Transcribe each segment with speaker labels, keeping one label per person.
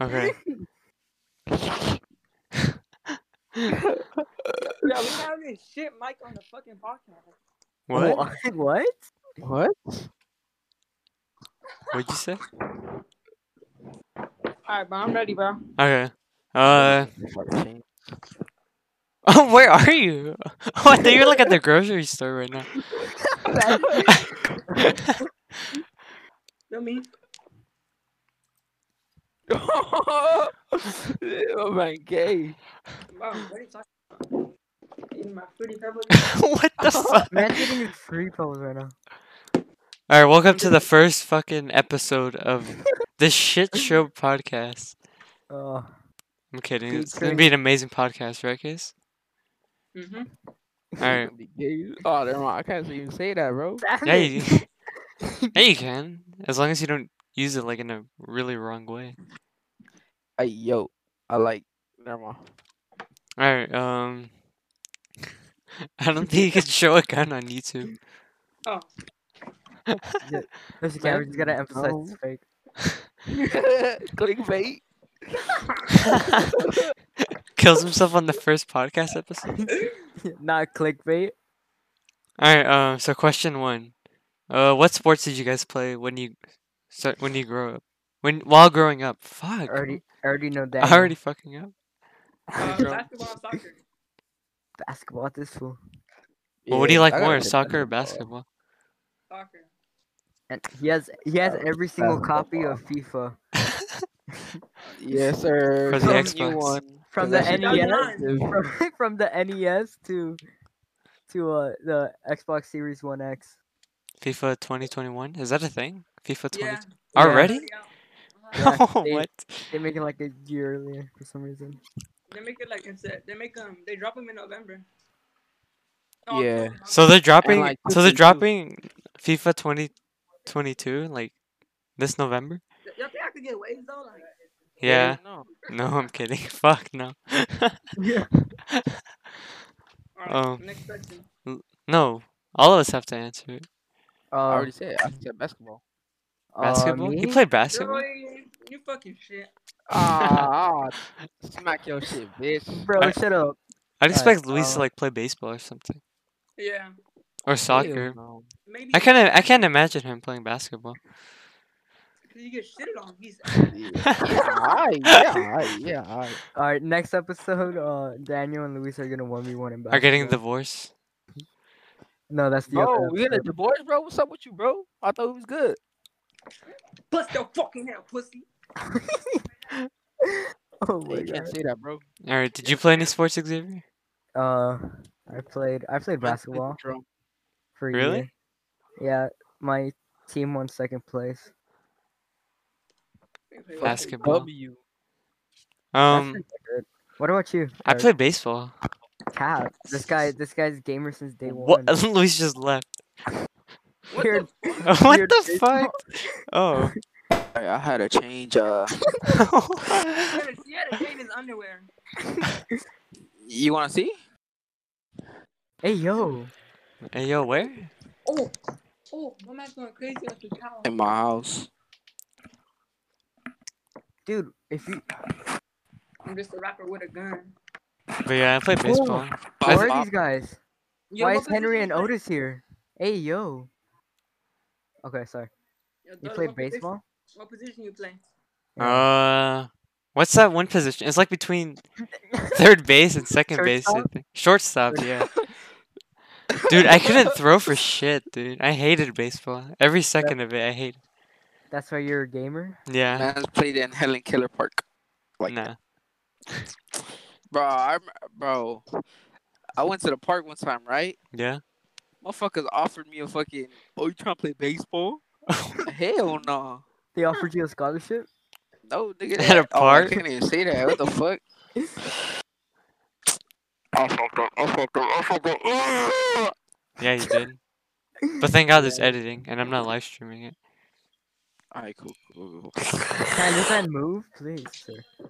Speaker 1: Okay.
Speaker 2: Yeah, we have this shit mic on the fucking podcast.
Speaker 1: What?
Speaker 3: what?
Speaker 4: What?
Speaker 1: What'd you say?
Speaker 2: All right, bro. I'm ready, bro.
Speaker 1: Okay. Uh.
Speaker 3: What?
Speaker 1: Oh, where are you? Oh, I thought you were like at the grocery store right now.
Speaker 2: Feel me?
Speaker 4: oh my gay.
Speaker 2: Bro, what are you talking about? Eating my fruity pebbles.
Speaker 1: what the fuck?
Speaker 3: Man, getting his three pose right now.
Speaker 1: All right, welcome to the first fucking episode of the shit show podcast.
Speaker 3: Oh,
Speaker 1: I'm kidding.
Speaker 4: Dude,
Speaker 1: it's gonna be an amazing podcast, right, guys?
Speaker 2: Mm-hmm.
Speaker 1: All right.
Speaker 4: Gay. Oh, never mind. I can't even say that, bro.
Speaker 1: Yeah, you, yeah, you can. As long as you don't use it like in a really wrong way.
Speaker 4: Ay, yo. I like. Never mind.
Speaker 1: All right. Um. I don't think you can show a gun on YouTube.
Speaker 2: Oh,
Speaker 3: Mr. Cameron, you just gotta emphasize
Speaker 4: No.
Speaker 3: it's fake.
Speaker 4: Clickbait.
Speaker 1: Kills himself on the first podcast episode.
Speaker 3: Not clickbait.
Speaker 1: All right. Um. So question one. Uh, what sports did you guys play when you, start, when you grow up? When while growing up? Fuck.
Speaker 3: Already, already know that.
Speaker 1: I already fucking up.
Speaker 2: uh,
Speaker 1: Bro.
Speaker 2: basketball, and soccer.
Speaker 3: basketball at this fool.
Speaker 1: Well, what do you like
Speaker 4: I gotta
Speaker 1: more,
Speaker 4: pick
Speaker 1: soccer or
Speaker 4: basketball.
Speaker 1: basketball?
Speaker 2: Soccer.
Speaker 3: And he has, he has every single copy of FIFA
Speaker 4: Yes, sir.
Speaker 1: For the
Speaker 4: Some
Speaker 1: Xbox.
Speaker 4: new one.
Speaker 3: from the
Speaker 4: Cause
Speaker 2: shit does
Speaker 3: NES,
Speaker 2: not-
Speaker 4: expensive.
Speaker 3: from, from the NES to, to uh, the Xbox Series One X.
Speaker 1: FIFA 2021? Is that a thing? FIFA 20
Speaker 2: Yeah. Uh-huh.
Speaker 3: Yeah.
Speaker 1: already?
Speaker 3: Yeah,
Speaker 1: oh,
Speaker 3: they-
Speaker 1: what?
Speaker 3: They make it like a year earlier for some reason.
Speaker 2: They make it like I said. They make them. They drop them in November. Oh,
Speaker 4: Yeah.
Speaker 2: October,
Speaker 1: So they're dropping.
Speaker 4: like,
Speaker 1: so they're
Speaker 4: 52.
Speaker 1: dropping FIFA 2022 like this November.
Speaker 2: October. Y'all think I could get waves though? Like,
Speaker 1: Yeah.
Speaker 4: No.
Speaker 1: No, I'm kidding. Fuck no.
Speaker 2: all right,
Speaker 1: Um,
Speaker 2: next question.
Speaker 1: no, all of us have to answer it.
Speaker 3: Uh,
Speaker 4: I already said. I said basketball.
Speaker 3: uh,
Speaker 1: Basketball? you
Speaker 3: me?
Speaker 1: play basketball?
Speaker 2: Joey, you fucking shit.
Speaker 4: Ah, ah, smack your shit, bitch.
Speaker 3: Bro,
Speaker 1: I-
Speaker 3: shut up.
Speaker 1: I'd
Speaker 3: Alright,
Speaker 1: expect Luis to
Speaker 3: uh,
Speaker 1: like play baseball or something
Speaker 2: Yeah.
Speaker 1: or
Speaker 4: Hell
Speaker 1: soccer.
Speaker 4: no.
Speaker 2: Maybe.
Speaker 1: I can't. I can't imagine him playing basketball.
Speaker 2: Cause you get shitted on. He's.
Speaker 4: Yeah, alright, yeah, alright, yeah, alright.
Speaker 3: All right, next episode, uh, Daniel and Luis are gonna one v one in basketball.
Speaker 1: Are getting divorced?
Speaker 3: No, that's the
Speaker 4: Bro,
Speaker 3: other.
Speaker 4: we in a
Speaker 3: episode.
Speaker 4: divorce, bro. What's up with you, bro? I thought it was good.
Speaker 2: Bust your fucking head, pussy.
Speaker 3: Oh
Speaker 4: Hey,
Speaker 3: my
Speaker 4: you can't
Speaker 3: god.
Speaker 4: say that, bro.
Speaker 1: All right. Did you play any sports, Xavier?
Speaker 3: Uh, I played. I played basketball
Speaker 4: Drum.
Speaker 3: for a
Speaker 1: Really?
Speaker 3: year. Yeah, my team won second place.
Speaker 1: Basketball.
Speaker 4: W.
Speaker 3: That's
Speaker 1: Um,
Speaker 3: pretty good. What about you?
Speaker 1: I
Speaker 3: Or
Speaker 1: played baseball.
Speaker 3: Cap. This guy. This guy's gamer since day
Speaker 1: What?
Speaker 3: one.
Speaker 1: Luis just left.
Speaker 3: Weird-
Speaker 1: what
Speaker 3: weird
Speaker 1: the
Speaker 3: baseball.
Speaker 1: fuck? Oh.
Speaker 4: Alright, I had to change. Uh,
Speaker 2: He had to- he had to change his underwear.
Speaker 4: you want to see?
Speaker 3: Hey yo.
Speaker 1: hey, yo, where?
Speaker 2: Oh, oh, my man's going crazy with the towel.
Speaker 4: In my house.
Speaker 3: Dude, if you
Speaker 2: I'm just a rapper with a gun.
Speaker 1: But yeah, I played baseball.
Speaker 3: who
Speaker 1: I-
Speaker 3: are these guys?
Speaker 2: Yo,
Speaker 3: Why
Speaker 2: what
Speaker 3: is Henry
Speaker 2: position
Speaker 3: and
Speaker 2: you play?
Speaker 3: Otis here? Hey yo. Okay, sorry.
Speaker 2: Yo,
Speaker 3: You
Speaker 2: Doug,
Speaker 3: play
Speaker 2: what position-
Speaker 3: baseball?
Speaker 2: What position you play?
Speaker 1: Uh, what's that one position? It's like between third base and second base. I
Speaker 3: Shortstop?
Speaker 1: think. Shortstop, yeah. Dude, I couldn't throw for shit, dude. I hated baseball. Every second of it, I hated.
Speaker 3: That's why you're a gamer.
Speaker 1: Yeah,
Speaker 4: Man's played in Helen Keller Park. Like,
Speaker 1: nah.
Speaker 4: bro, I, bro, I went to the park one time, right?
Speaker 1: Yeah.
Speaker 4: Motherfuckers offered me a fucking. Oh, you trying to play baseball? Hell no.
Speaker 3: They offered you a scholarship.
Speaker 4: No, nigga.
Speaker 1: At a
Speaker 4: that- oh,
Speaker 1: park?
Speaker 4: I can't even say that. What the fuck? I fucked up. I fucked up. I fucked up. Ah! Ugh.
Speaker 1: Yeah, you did. But thank God there's editing, and I'm not live streaming it.
Speaker 4: Alright, cool. cool.
Speaker 3: Can this man move, please, sir?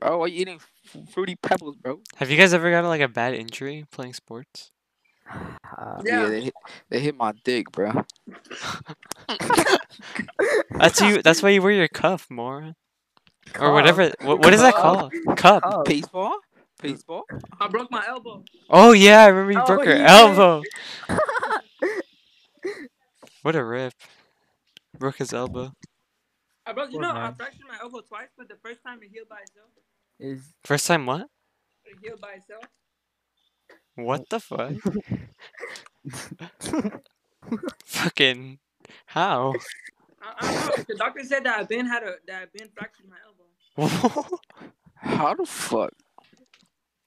Speaker 4: Bro, why you eating f- fruity pebbles, bro?
Speaker 1: Have you guys ever gotten like a bad injury playing sports?
Speaker 3: Uh,
Speaker 2: Yeah.
Speaker 4: they hit, they hit my dick, bro.
Speaker 1: That's you. That's why you wear your cuff, moron. or whatever. What, what is that
Speaker 3: Cup.
Speaker 1: called? Cup.
Speaker 3: Oh,
Speaker 4: Baseball? Baseball?
Speaker 2: I broke my elbow.
Speaker 1: Oh yeah, I remember you
Speaker 3: Oh,
Speaker 1: broke your
Speaker 3: you did.
Speaker 1: elbow. what a rip. Broke his elbow.
Speaker 2: I broke. You
Speaker 3: Poor
Speaker 2: know, I
Speaker 3: man.
Speaker 2: fractured my elbow twice, but the first time it healed by itself.
Speaker 3: is
Speaker 1: First time what?
Speaker 2: It healed by itself.
Speaker 1: What the fuck? Fucking how?
Speaker 2: I, I don't know. The doctor said that I been had a that I been fractured my elbow.
Speaker 4: How the fuck?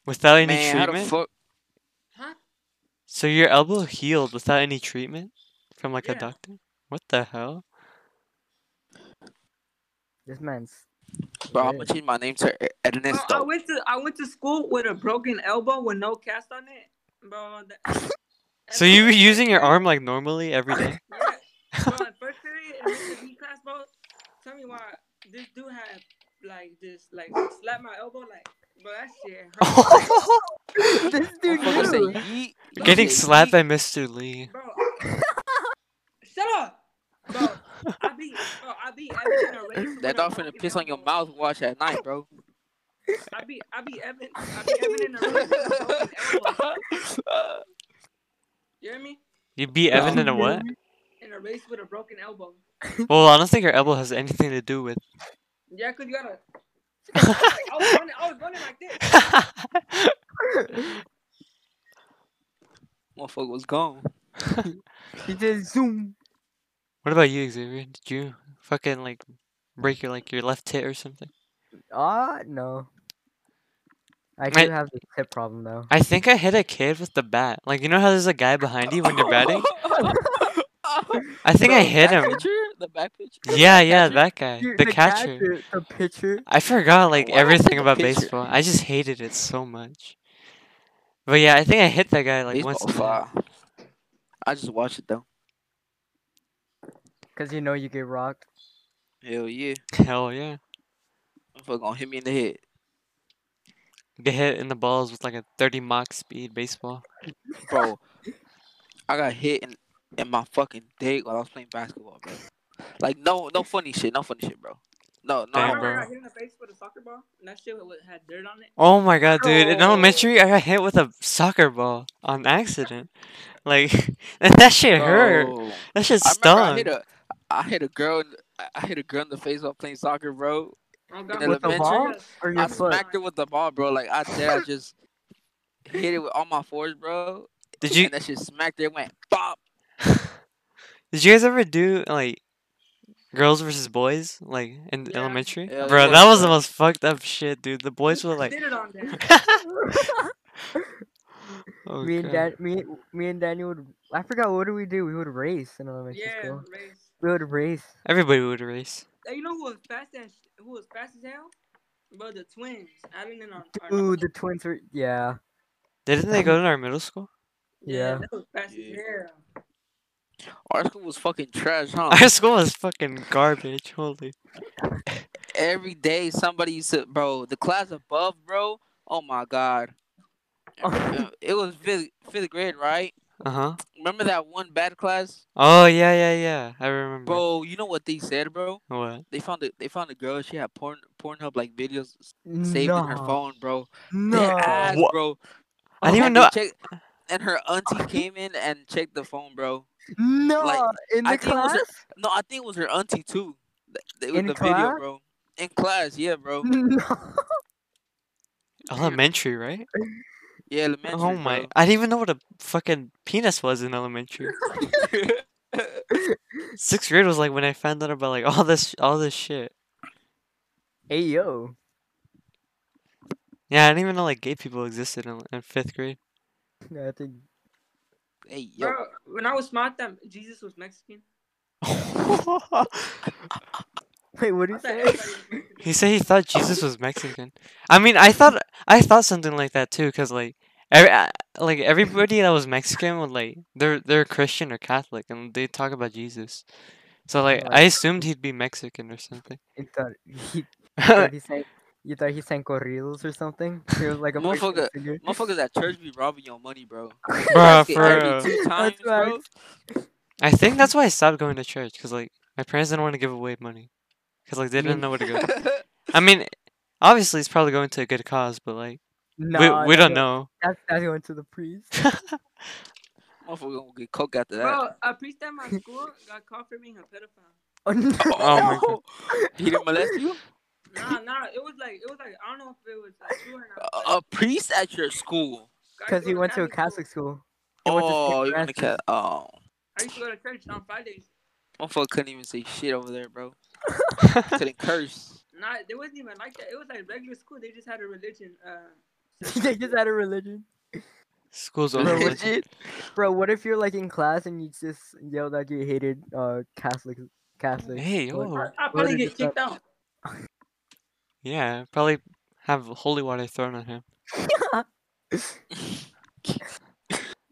Speaker 1: without any
Speaker 4: Man, how the
Speaker 1: treatment?
Speaker 4: fuck?
Speaker 2: Huh?
Speaker 1: so your elbow healed without any treatment from like a
Speaker 2: Yeah.
Speaker 1: doctor? What the hell?
Speaker 3: this man's
Speaker 4: Bro, I'm
Speaker 3: Yeah.
Speaker 4: gonna change my name to E-
Speaker 2: Bro, I
Speaker 4: Ernesto.
Speaker 2: went to I went to school with a broken elbow with no cast on it, bro. The,
Speaker 1: So you were using your arm like normally every day?
Speaker 2: Yeah. Bro, in first period in Mr. B class, bro. Tell me why this dude had like this, like slap my elbow, like, bro, that shit. Hurt.
Speaker 4: Oh,
Speaker 3: this dude
Speaker 4: Motherfucker say
Speaker 3: knew.
Speaker 4: yeet.
Speaker 1: You're getting
Speaker 4: Say
Speaker 1: slapped
Speaker 4: yeet.
Speaker 1: by Mr. Lee.
Speaker 2: bro. Shut up, bro. I be, bro, I be Evan in a race. with
Speaker 4: That
Speaker 2: a
Speaker 4: dog finna
Speaker 2: broken
Speaker 4: piss on your
Speaker 2: elbow.
Speaker 4: mouth watch at night, bro.
Speaker 2: I be, I be Evan, I be Evan in a race with a broken elbow. You hear me?
Speaker 1: You beat Evan in a what?
Speaker 2: In a race with a broken elbow.
Speaker 1: Well, I don't think your elbow has anything to do with.
Speaker 2: Yeah, cause you gotta. I was running, I was running like this.
Speaker 4: Motherfucker was gone.
Speaker 3: He just zoom.
Speaker 1: what about you, Xavier? Did you fucking like break your like your left tit or something?
Speaker 3: Ah, no. I
Speaker 1: Mate.
Speaker 3: do have the tip problem though.
Speaker 1: I think I hit a kid with the bat. Like you know how there's a guy behind you when you're batting. I think I
Speaker 4: Bro,
Speaker 1: hit him.
Speaker 4: that Picture? The back picture?
Speaker 1: Yeah, yeah, that guy,
Speaker 3: Dude,
Speaker 1: the catcher.
Speaker 3: The pitcher.
Speaker 1: I forgot like
Speaker 4: Why did I take
Speaker 1: everything
Speaker 4: a
Speaker 1: about
Speaker 4: picture?
Speaker 1: baseball. I just hated it so much. But yeah, I think I hit that guy like
Speaker 4: Baseball
Speaker 1: once. in the head.
Speaker 4: fire. I just watched it though.
Speaker 3: Cause you know you get rocked.
Speaker 4: Hell yeah.
Speaker 1: Hell yeah,
Speaker 4: Motherfucker gonna hit me in the head.
Speaker 1: get hit in the balls with like a 30 Mach speed baseball.
Speaker 4: Bro, I got hit in, in my fucking dick while I was playing basketball, bro. Like no no funny shit, no funny shit, bro. No, no.
Speaker 1: Damn,
Speaker 2: I
Speaker 4: I-
Speaker 1: bro.
Speaker 2: remember I hit in the face with a soccer ball, and that shit wa- had dirt on it.
Speaker 1: Oh my god, dude! In
Speaker 4: Oh.
Speaker 1: elementary, I got hit with a soccer ball on accident. Like that, that shit hurt.
Speaker 4: Bro.
Speaker 1: That shit
Speaker 4: I remember I
Speaker 1: stung.
Speaker 4: hit a, I hit a girl. in- I- I hit a girl in the face while playing soccer, bro.
Speaker 2: Oh,
Speaker 4: In
Speaker 2: God,
Speaker 3: With the
Speaker 4: elementary,
Speaker 3: ball or your
Speaker 4: I
Speaker 3: foot?
Speaker 4: smacked her with the ball, bro. Like I did, I just hit it with all my force, bro.
Speaker 1: Did you
Speaker 4: And that shit smacked her. It went bop.
Speaker 1: did you guys ever do like girls versus boys like in
Speaker 2: Yeah.
Speaker 1: elementary?
Speaker 4: Yeah,
Speaker 1: Bro,
Speaker 4: yeah,
Speaker 1: that was the
Speaker 4: bro.
Speaker 1: most fucked up shit, dude. The boys were like,
Speaker 2: did it on there.
Speaker 1: oh,
Speaker 3: me and
Speaker 1: God.
Speaker 3: Dan, me, me and Daniel would. I forgot what do we do? We would race in elementary
Speaker 2: Yeah,
Speaker 3: school.
Speaker 2: race.
Speaker 3: We would race.
Speaker 1: Everybody would race.
Speaker 2: Hey, you know who was fast as who was fast as hell? Bro, the twins. I didn't know.
Speaker 3: Ooh, the twins were. Yeah,
Speaker 1: Didn't they go to our middle school?
Speaker 3: yeah.
Speaker 2: That was fast as
Speaker 4: Yeah.
Speaker 2: hell.
Speaker 4: Our school was fucking trash, huh?
Speaker 1: Our school was fucking garbage. Holy.
Speaker 4: Every day somebody used to, bro. The class above, bro. Oh my god. Uh, it was fifth, fifth grade, right?
Speaker 1: Uh huh.
Speaker 4: Remember that one bad class,
Speaker 1: Oh yeah, yeah, yeah. I remember.
Speaker 4: bro? You know what they said, bro?
Speaker 1: What?
Speaker 4: They found a, they found a girl. She had porn Pornhub like videos saved
Speaker 3: no,
Speaker 4: in her phone, bro. Their
Speaker 3: No.
Speaker 4: ass,
Speaker 1: Wha-
Speaker 4: bro.
Speaker 1: I didn't even
Speaker 4: And they
Speaker 1: know.
Speaker 4: checked- and her auntie came in and checked the phone, bro.
Speaker 3: No. in the
Speaker 4: I think it was
Speaker 3: class?
Speaker 4: a- No, I think it was her auntie too. Th- th- With
Speaker 3: In
Speaker 4: the
Speaker 3: class? Mm.
Speaker 4: video, bro. In class, yeah, bro.
Speaker 3: No.
Speaker 1: Elementary, right?
Speaker 4: Yeah, elementary.
Speaker 1: oh my! I didn't even know what a fucking penis was in elementary.
Speaker 4: bro.
Speaker 1: Sixth grade was like when I found out about like all this, all this shit.
Speaker 3: Hey yo.
Speaker 1: Yeah, I didn't even know like gay people existed in, in fifth grade.
Speaker 3: I think.
Speaker 4: hey, yo.
Speaker 2: Bro, when I was smart, that Jesus was Mexican.
Speaker 3: Wait, what
Speaker 2: I
Speaker 3: do you
Speaker 2: thought
Speaker 3: say?
Speaker 2: everybody was Mexican.
Speaker 1: he said he thought Jesus was Mexican. I mean, I thought I thought something like that too, cause like every I- like everybody that was Mexican would like they're they're Christian or Catholic, and they talk about Jesus. So like
Speaker 3: Oh,
Speaker 1: I assumed he'd be Mexican or something.
Speaker 3: You thought he, thought he sang. You thought he sang corridos or something? He was like a Mexican
Speaker 4: Motherfucker-
Speaker 3: singer.
Speaker 4: Motherfuckers at church be robbing your money, bro.
Speaker 1: Bruh,
Speaker 4: Shit,
Speaker 1: for
Speaker 4: every
Speaker 1: real.
Speaker 4: two times,
Speaker 3: That's
Speaker 4: bro.
Speaker 1: I think that's why I stopped going to church because like my parents didn't want to give away money because like they didn't know where to go. I mean, obviously, it's probably going to a good cause, but like,
Speaker 3: Nah,
Speaker 1: we, we
Speaker 3: that's
Speaker 1: don't
Speaker 3: go-
Speaker 1: know.
Speaker 3: That's, that's going to the priest.
Speaker 4: Motherfucker gonna get coke after that.
Speaker 2: Bro, a priest at my school got caught for being a pedophile.
Speaker 3: Oh, no.
Speaker 1: Oh my God.
Speaker 4: He didn't molest you?
Speaker 2: Nah, nah, it was like it was like I don't know if it was like true or not.
Speaker 4: A, a priest at your school.
Speaker 2: but I
Speaker 3: Because
Speaker 2: used
Speaker 3: he went to a Catholic school. He went to St.
Speaker 4: Oh, you want to
Speaker 3: Francis.
Speaker 4: cat? Oh,
Speaker 2: I used to go to church on Fridays.
Speaker 4: motherfucker couldn't even say shit over there, bro. Couldn't curse.
Speaker 2: Nah, they wasn't even like that. It was like regular school. They just had a religion. Uh,
Speaker 3: they just had a religion.
Speaker 1: School's over.
Speaker 3: Bro,
Speaker 1: with.
Speaker 4: Legit.
Speaker 3: Bro, what if you're like in class and you just yell that you hated uh Catholic Catholic?
Speaker 1: Hey,
Speaker 3: Like,
Speaker 1: yo.
Speaker 2: I probably
Speaker 3: Religion
Speaker 2: get
Speaker 3: stuff.
Speaker 2: kicked out.
Speaker 1: Yeah, probably have holy water thrown on him.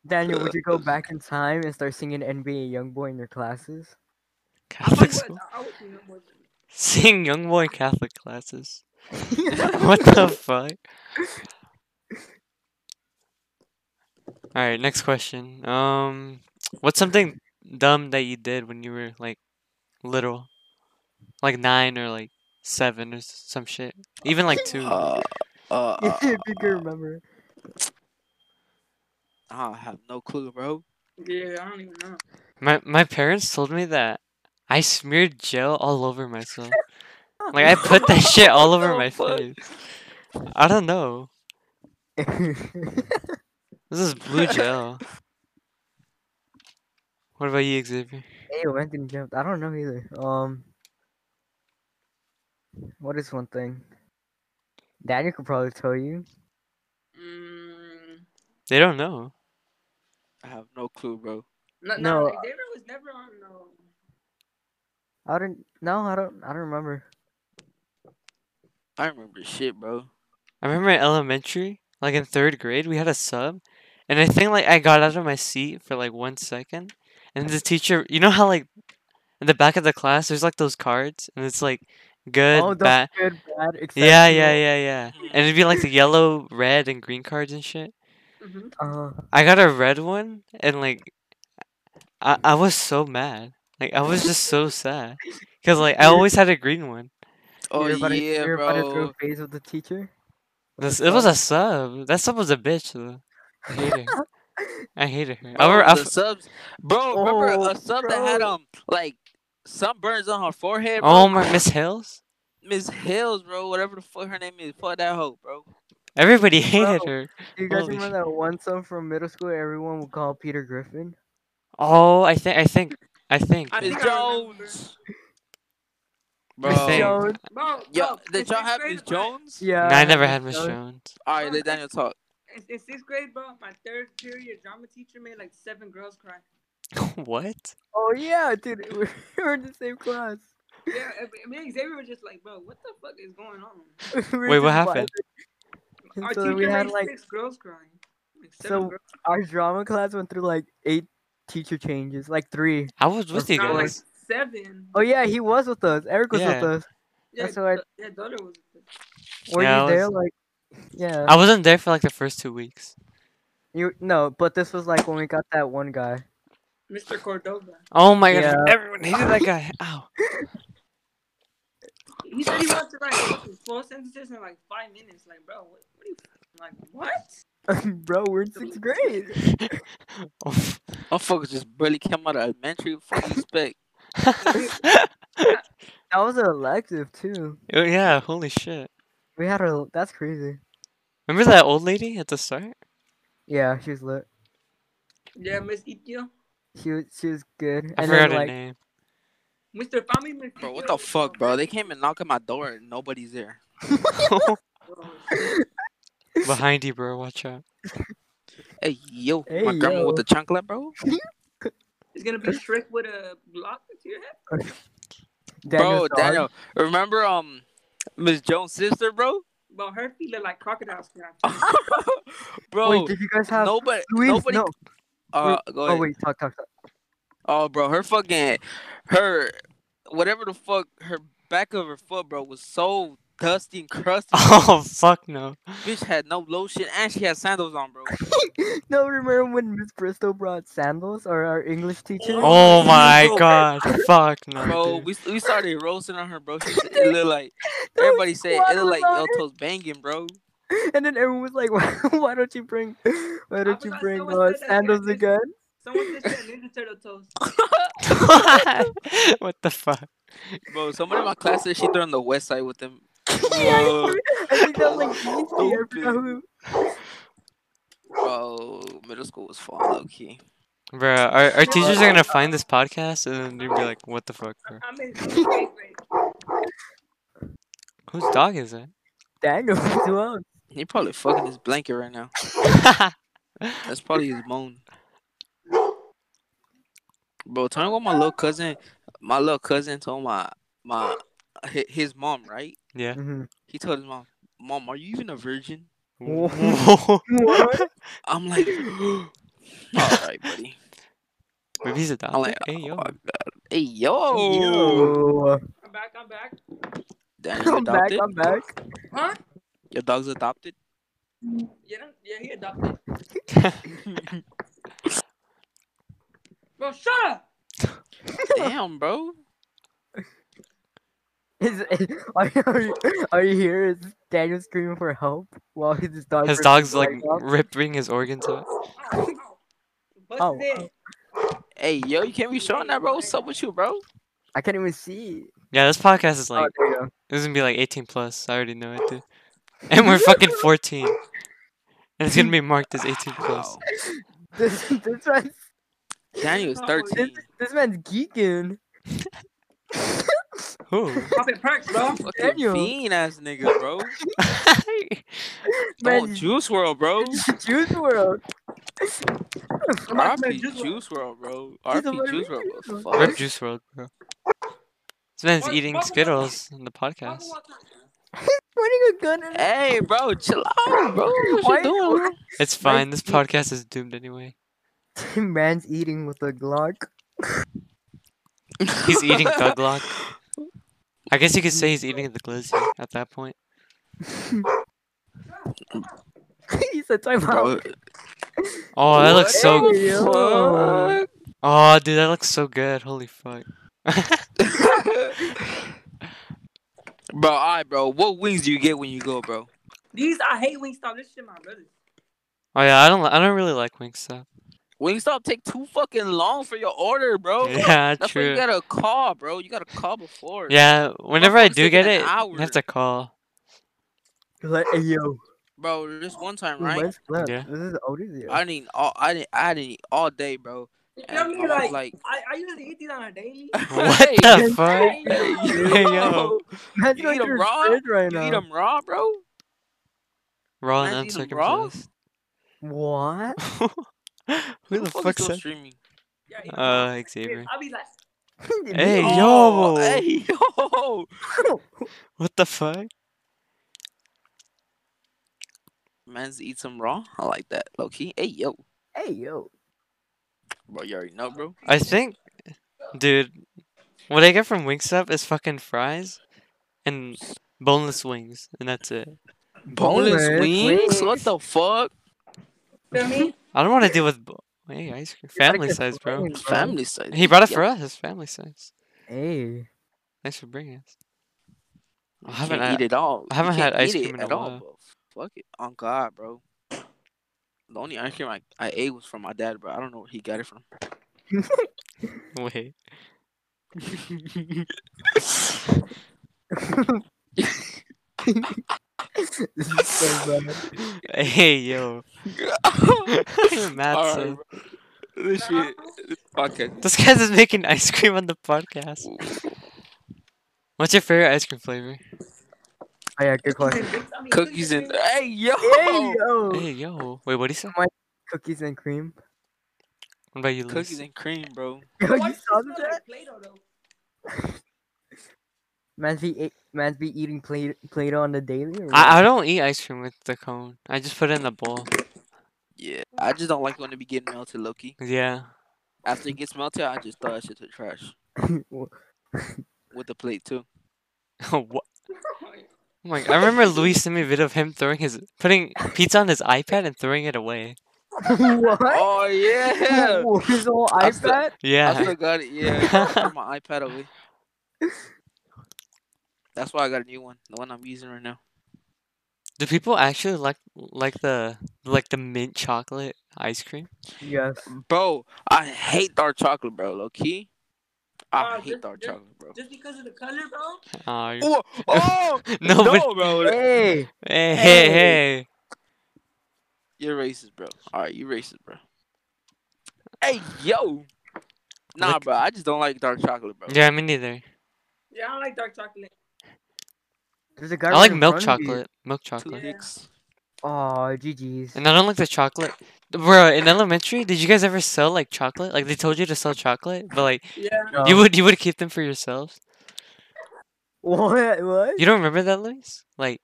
Speaker 3: Daniel, would you go back in time and start singing NBA Youngboy in your classes?
Speaker 2: I probably
Speaker 1: Catholic school.
Speaker 2: would. I, I would be no more than
Speaker 1: Seeing young boy Catholic classes. what the fuck? Alright, next question. Um what's something dumb that you did when you were like little? Like nine or like seven or s- some shit. Even like two.
Speaker 4: Uh, uh,
Speaker 3: if
Speaker 4: uh,
Speaker 3: you can remember.
Speaker 4: I have no clue, bro.
Speaker 2: Yeah, I don't even know.
Speaker 1: My my parents told me that I smeared gel all over myself. Like I put that shit all over
Speaker 4: the
Speaker 1: my
Speaker 4: fuck?
Speaker 1: face. I don't know. This is blue gel. What about you, Xavier?
Speaker 3: Hey, Anthony jumped. I don't know either. Um, what is one thing? Daniel could probably tell you.
Speaker 2: Mm,
Speaker 1: They don't know.
Speaker 4: I have no clue, bro.
Speaker 2: no, no,
Speaker 3: No,
Speaker 2: like, David was never on. No,
Speaker 3: I don't. No, I don't. I don't remember.
Speaker 4: I remember shit, bro.
Speaker 1: I remember in elementary, like in third grade, we had a sub, and I think like I got out of my seat for like one second, and the teacher, you know how like in the back of the class, there's like those cards, and it's like good,
Speaker 3: oh, the
Speaker 1: bad.
Speaker 3: good, bad, exceptional.
Speaker 1: Yeah, yeah, yeah, yeah.
Speaker 4: Mhm.
Speaker 1: And it'd be like the yellow, red, and green cards and shit.
Speaker 2: hmm
Speaker 3: Uh,
Speaker 1: I got a red one, and like, I I was so mad. Like I was just so sad, cause like I
Speaker 3: You're-
Speaker 1: always had a green one.
Speaker 4: Oh
Speaker 3: you're about to-
Speaker 4: yeah,
Speaker 3: you're about to throw
Speaker 4: bro.
Speaker 3: phase with the teacher.
Speaker 1: This, it was a sub. That sub was a bitch though. I hated her. I hated her. I
Speaker 4: Bro,
Speaker 1: remember, I
Speaker 4: the
Speaker 1: f-
Speaker 4: subs, bro. remember
Speaker 3: Oh,
Speaker 4: a sub that had
Speaker 3: bro.
Speaker 4: um like sunburns on her forehead. Bro?
Speaker 1: oh my Miss Hills.
Speaker 4: Miss Hills, bro. Whatever the fuck her name is. Fuck that hoe, bro.
Speaker 1: Everybody hated
Speaker 3: Bro.
Speaker 1: her.
Speaker 3: Do Oh, you guys
Speaker 1: Holy
Speaker 3: remember that one song from middle school? Everyone would call Peter Griffin.
Speaker 1: Oh, I think I think I think.
Speaker 2: I
Speaker 4: Miss
Speaker 2: think I remember.
Speaker 4: Jones.
Speaker 1: I think.
Speaker 4: Bro.
Speaker 3: Jones.
Speaker 2: bro,
Speaker 4: Yo,
Speaker 2: bro, in
Speaker 4: did y'all
Speaker 2: sixth
Speaker 4: have
Speaker 2: grade,
Speaker 4: Miss
Speaker 2: my-
Speaker 4: Jones?
Speaker 3: Yeah.
Speaker 1: No, I never had Miss Jones.
Speaker 4: Alright, let Daniel talk.
Speaker 2: In, in sixth grade, bro, my third period drama teacher made like seven girls cry.
Speaker 1: what?
Speaker 3: Oh yeah, dude, we were in the same class.
Speaker 2: Yeah, and me and Xavier were just like, bro, what the fuck is going on?
Speaker 3: We were
Speaker 1: Wait, what
Speaker 3: just
Speaker 1: happened?
Speaker 3: vibing.
Speaker 2: Our
Speaker 3: so
Speaker 2: teacher
Speaker 3: then we had
Speaker 2: made
Speaker 3: like
Speaker 2: six girls crying. Like seven
Speaker 3: so
Speaker 2: girls.
Speaker 3: our drama class went through like eight teacher changes, like three.
Speaker 1: I was with you
Speaker 2: Nah, like
Speaker 1: guys.
Speaker 2: seven.
Speaker 3: Oh yeah, he was with us. Eric was
Speaker 1: Yeah.
Speaker 3: with us.
Speaker 2: yeah,
Speaker 3: that's what I-
Speaker 2: th- yeah, daughter was.
Speaker 3: Were
Speaker 1: Yeah, I
Speaker 3: you
Speaker 1: was-
Speaker 3: there? Like, yeah.
Speaker 1: I wasn't there for like the first two weeks.
Speaker 3: You no, but this was like when we got that one guy.
Speaker 2: Mr. Cordova.
Speaker 1: Oh my god!
Speaker 3: Yeah.
Speaker 1: Everyone hated that guy. Ow.
Speaker 2: He said he wants to like go through four sentences in like five minutes. Like, bro, what, what are you like? What?
Speaker 3: Bro, we're in sixth grade.
Speaker 1: Oh.
Speaker 4: Motherfuckers just barely came out of elementary. Fuck you expect.
Speaker 3: That was an elective too.
Speaker 1: Oh, yeah. Holy shit.
Speaker 3: We had a that's crazy.
Speaker 1: Remember that old lady at the start?
Speaker 3: Yeah, she was lit.
Speaker 2: Yeah, Miss Itio.
Speaker 3: She was she was good.
Speaker 1: I forgot
Speaker 3: and then
Speaker 1: her
Speaker 3: like
Speaker 1: name.
Speaker 2: Mr. Fami, Miss
Speaker 4: Bro, what
Speaker 2: Itio
Speaker 4: the
Speaker 2: was
Speaker 4: fuck,
Speaker 2: so
Speaker 4: bro?
Speaker 2: bad.
Speaker 4: They came and knocked at my door and nobody's there.
Speaker 2: Bro,
Speaker 1: Behind you, bro. Watch out.
Speaker 4: Hey yo,
Speaker 3: Hey,
Speaker 4: my grandma
Speaker 3: yo.
Speaker 4: with the chocolate, bro.
Speaker 2: It's gonna be Shrek with a block to your head.
Speaker 3: Daniel's
Speaker 4: bro,
Speaker 3: dog.
Speaker 4: Daniel, remember um Miss Jones' sister, bro?
Speaker 2: Bro, her feet look like crocodile snaps.
Speaker 4: bro,
Speaker 3: Wait, did you guys have
Speaker 4: nobody,
Speaker 3: Luis?
Speaker 4: nobody.
Speaker 3: no.
Speaker 4: uh, go
Speaker 3: Oh
Speaker 4: ahead.
Speaker 3: wait, talk talk talk.
Speaker 4: Oh, bro, her fucking, her, whatever the fuck, her back of her foot, bro, was so dusty and crusty.
Speaker 1: Oh fuck no.
Speaker 4: Bitch had no lotion and she had sandals on, bro.
Speaker 3: no, remember when Miss Bristol brought sandals or our English teacher?
Speaker 1: Oh my
Speaker 4: Bro.
Speaker 1: god. Fuck no.
Speaker 4: Bro,
Speaker 1: dude.
Speaker 4: we, we started roasting on her, bro. She said- It looked like everybody said it looked like yo toes banging, bro.
Speaker 3: And then everyone was like, why, why don't you bring, why don't you
Speaker 2: forgot
Speaker 3: bring
Speaker 2: someone
Speaker 3: uh,
Speaker 2: said that,
Speaker 3: sandals
Speaker 2: Candace.
Speaker 3: again?
Speaker 2: Someone just said Ninja Turtle toast.
Speaker 1: what the fuck?
Speaker 4: Bro, somebody in my class said she threw on the west side with them.
Speaker 3: I
Speaker 4: Bro,
Speaker 3: think that was like easy. I forgot who.
Speaker 4: bro, middle school was fun, low key.
Speaker 1: Bro, our, our teachers are gonna find this podcast and then they'll be like, what the fuck, bro?
Speaker 2: I'm in eighth grade.
Speaker 1: Whose dog is it?
Speaker 3: Daniel as well.
Speaker 4: He probably fucking his blanket right now. That's probably his moan. Bro, tell me what my little cousin, my little cousin told my my hi- his mom, right?
Speaker 1: yeah.
Speaker 3: Mhm.
Speaker 4: He told his mom, "Mom, are you even a virgin?"
Speaker 1: Whoa.
Speaker 3: What?
Speaker 4: I'm like, "All right, buddy."
Speaker 1: Maybe he's
Speaker 4: I'm
Speaker 1: adopted.
Speaker 4: like,
Speaker 1: Hey yo.
Speaker 4: "Oh, my God." Hey, yo,
Speaker 3: Yo.
Speaker 2: I'm back. I'm back.
Speaker 4: Damn, you
Speaker 3: I'm back.
Speaker 4: adopted?
Speaker 3: I'm back.
Speaker 2: Huh?
Speaker 4: Your dog's adopted.
Speaker 2: Yeah, that- yeah, he adopted. Bro, shut up.
Speaker 4: Damn, bro.
Speaker 3: Is, are, you- are, you, are you here? Is Daniel screaming for help while his dog?
Speaker 1: His
Speaker 3: rips
Speaker 1: dog's
Speaker 3: his
Speaker 1: like
Speaker 3: leg off?
Speaker 1: ripping his organs out.
Speaker 2: Ow, ow. Bust
Speaker 3: Ow,
Speaker 2: it.
Speaker 3: ow.
Speaker 4: Hey, yo, you can't be showing that, bro. What's up with you, bro?
Speaker 3: I can't even see.
Speaker 1: Yeah, this podcast is like
Speaker 3: oh, there you go.
Speaker 1: This is gonna be like 18 plus. I already know it, dude. And we're fucking 14. And it's gonna be marked as 18 plus.
Speaker 4: Wow.
Speaker 3: This this man's
Speaker 4: Daniel is
Speaker 2: Oh,
Speaker 3: this,
Speaker 4: thirteen.
Speaker 3: this man's geeking.
Speaker 1: Who?
Speaker 2: Popping perks, bro.
Speaker 4: Fucking
Speaker 3: Daniel.
Speaker 4: fiend ass nigga, bro. Oh,
Speaker 3: Man's
Speaker 4: Juice World, bro.
Speaker 3: Juice World.
Speaker 4: RP Juice World, bro.
Speaker 3: He's a
Speaker 4: RP Juice
Speaker 3: Marine.
Speaker 4: World. but
Speaker 1: Rip
Speaker 4: Fuck.
Speaker 1: Juice World, bro. This man's
Speaker 2: Mark-
Speaker 1: eating
Speaker 2: Mark-
Speaker 1: Skittles on the
Speaker 2: Mark
Speaker 1: podcast.
Speaker 2: Walker.
Speaker 3: Pointing a gun at us.
Speaker 4: Hey, bro, chill out, bro. What
Speaker 3: Why
Speaker 4: you
Speaker 3: is-
Speaker 4: doing? bro?
Speaker 1: It's fine. This podcast is doomed anyway.
Speaker 3: Man's eating with a Glock.
Speaker 1: He's eating Thug Lock. I guess you could say he's eating the glizzy at that point.
Speaker 3: he said, "Time
Speaker 4: Bro,
Speaker 3: out."
Speaker 1: Oh, that looks so.
Speaker 4: what
Speaker 1: good.
Speaker 4: the
Speaker 3: Yo.
Speaker 4: fuck?
Speaker 1: Oh, dude, that looks so good. Holy fuck.
Speaker 4: bro, alright, bro. What wings do you get when you go, bro?
Speaker 2: These I hate Wingstop. This shit, my brother.
Speaker 1: Oh yeah, I don't. li- I don't really like Wingstop.
Speaker 4: Wingstop take too fucking long for your order, bro.
Speaker 1: Yeah,
Speaker 4: Oh, That's why you
Speaker 1: true.
Speaker 4: gotta call, bro. You gotta call before.
Speaker 1: Yeah, whenever I
Speaker 4: fuck's
Speaker 1: do
Speaker 4: taking
Speaker 1: get
Speaker 4: an
Speaker 1: it, you
Speaker 4: hour?
Speaker 1: have to call.
Speaker 3: Like, hey, yo,
Speaker 4: bro. Just one time,
Speaker 3: who
Speaker 4: right?
Speaker 3: went left?
Speaker 1: Yeah.
Speaker 3: This is older than you.
Speaker 4: I didn't eat all. I didn't. I didn't eat all day, bro.
Speaker 2: You
Speaker 4: And I
Speaker 2: feel me?
Speaker 4: was
Speaker 2: Like,
Speaker 4: like,
Speaker 2: I, I usually eat these on a daily.
Speaker 1: What
Speaker 4: Hey,
Speaker 1: the fuck?
Speaker 4: hey, yo,
Speaker 1: Hey, yo.
Speaker 3: Man's
Speaker 4: you
Speaker 3: going
Speaker 4: eat 'em
Speaker 3: through
Speaker 4: raw?
Speaker 3: fridge right
Speaker 4: you
Speaker 3: now.
Speaker 4: eat them raw, bro?
Speaker 1: Raw and
Speaker 4: Man's eating raw?
Speaker 1: uncircumcised.
Speaker 3: What?
Speaker 1: Who the
Speaker 4: is
Speaker 1: fuck
Speaker 4: still
Speaker 1: said?
Speaker 4: streaming?
Speaker 2: Yeah, you know,
Speaker 1: Uh, Xavier.
Speaker 2: I'll be like,
Speaker 1: Hey, yo.
Speaker 4: Oh, hey, yo.
Speaker 1: What the fuck?
Speaker 4: Man's eat some raw. I like that, low key. Hey, yo,
Speaker 3: Hey, yo.
Speaker 4: bro, you already know, bro.
Speaker 1: I think, dude, what I get from Wingstop is fucking fries and boneless wings, and that's it.
Speaker 4: Boneless
Speaker 3: Boneless
Speaker 4: wings?
Speaker 3: wings.
Speaker 4: What the fuck?
Speaker 2: feel me?
Speaker 1: I don't want to deal with. bo- Hey, ice cream.
Speaker 3: It's like
Speaker 1: Family
Speaker 3: a
Speaker 1: size, bro.
Speaker 3: flame,
Speaker 4: Family size.
Speaker 1: He brought it for us. His family size.
Speaker 3: Hey.
Speaker 1: Thanks for bringing us. I
Speaker 4: I
Speaker 1: haven't uh,
Speaker 4: haven't
Speaker 1: had-
Speaker 4: eat it all.
Speaker 1: I haven't
Speaker 4: You can't
Speaker 1: had ice
Speaker 4: eat it
Speaker 1: cream in a
Speaker 4: at all,
Speaker 1: while.
Speaker 4: bro. Fuck it, on God, bro. The only ice cream I, I ate was from my dad, bro. I don't know where he got it from.
Speaker 1: Wait.
Speaker 3: This is so bad.
Speaker 1: Hey, yo.
Speaker 4: All
Speaker 1: Matt's
Speaker 4: right, bro. This shit, this podcast.
Speaker 1: This guy's just making ice cream on the podcast.
Speaker 4: is-
Speaker 1: What's your favorite ice cream flavor?
Speaker 3: Oh, yeah, good question.
Speaker 4: Cookies and hey yo,
Speaker 3: Hey, yo.
Speaker 1: Hey, yo. Wait, what do you say?
Speaker 3: Cookies and cream.
Speaker 1: What about you, Luis?
Speaker 4: cookies and cream, bro.
Speaker 3: Yo,
Speaker 2: Why
Speaker 3: you
Speaker 2: does it
Speaker 3: saw
Speaker 2: smell
Speaker 3: that?
Speaker 2: like Play-Doh, though?
Speaker 3: Man's be, ate- man's be eating Play- Play-Doh on the daily? Or
Speaker 1: I, I don't eat ice cream with the cone. I just put it in the bowl.
Speaker 4: Yeah, I just don't like when it be getting melted, Loki.
Speaker 1: Yeah.
Speaker 4: After it gets melted, I just throw that shit to the trash
Speaker 3: what?
Speaker 4: with the plate too.
Speaker 1: what? Oh my! I remember Luis sent me a video of him throwing his putting pizza on his iPad and throwing it away.
Speaker 3: what?
Speaker 4: Oh yeah.
Speaker 3: His whole
Speaker 4: I still- I
Speaker 3: iPad?
Speaker 1: Yeah.
Speaker 4: still got it. Yeah, I threw my iPad away. That's why I got a new one, the one I'm using right now.
Speaker 1: Do people actually like like the like the mint chocolate ice cream?
Speaker 3: Yes.
Speaker 4: Bro, I hate dark chocolate, bro. Low key, I
Speaker 2: Uh,
Speaker 4: hate
Speaker 2: just-
Speaker 4: dark
Speaker 2: just-
Speaker 4: chocolate, bro.
Speaker 2: Just because of the color, bro.
Speaker 1: Aw, you're-
Speaker 4: Oh, oh
Speaker 1: Uh, no, but,
Speaker 4: bro.
Speaker 3: Hey.
Speaker 1: hey, hey, hey.
Speaker 4: You're racist, bro. All right, you racist, bro. Hey, yo. Nah,
Speaker 1: Look-
Speaker 4: bro. I just don't like dark chocolate, bro.
Speaker 1: Yeah, me neither.
Speaker 2: Yeah, I don't like dark chocolate.
Speaker 3: There's a guy
Speaker 1: I
Speaker 3: right
Speaker 1: like
Speaker 3: in
Speaker 1: milk
Speaker 3: front of you.
Speaker 1: chocolate. Milk
Speaker 4: Two
Speaker 1: chocolate.
Speaker 4: dicks.
Speaker 3: Oh, GG's.
Speaker 1: And I don't like the chocolate. Bro, in elementary, did you guys ever sell like chocolate? Like they told you to sell chocolate, but like
Speaker 2: Yeah.
Speaker 1: you
Speaker 3: No.
Speaker 1: would you would keep them for yourselves.
Speaker 3: What? What?
Speaker 1: You don't remember that, Luis? Like,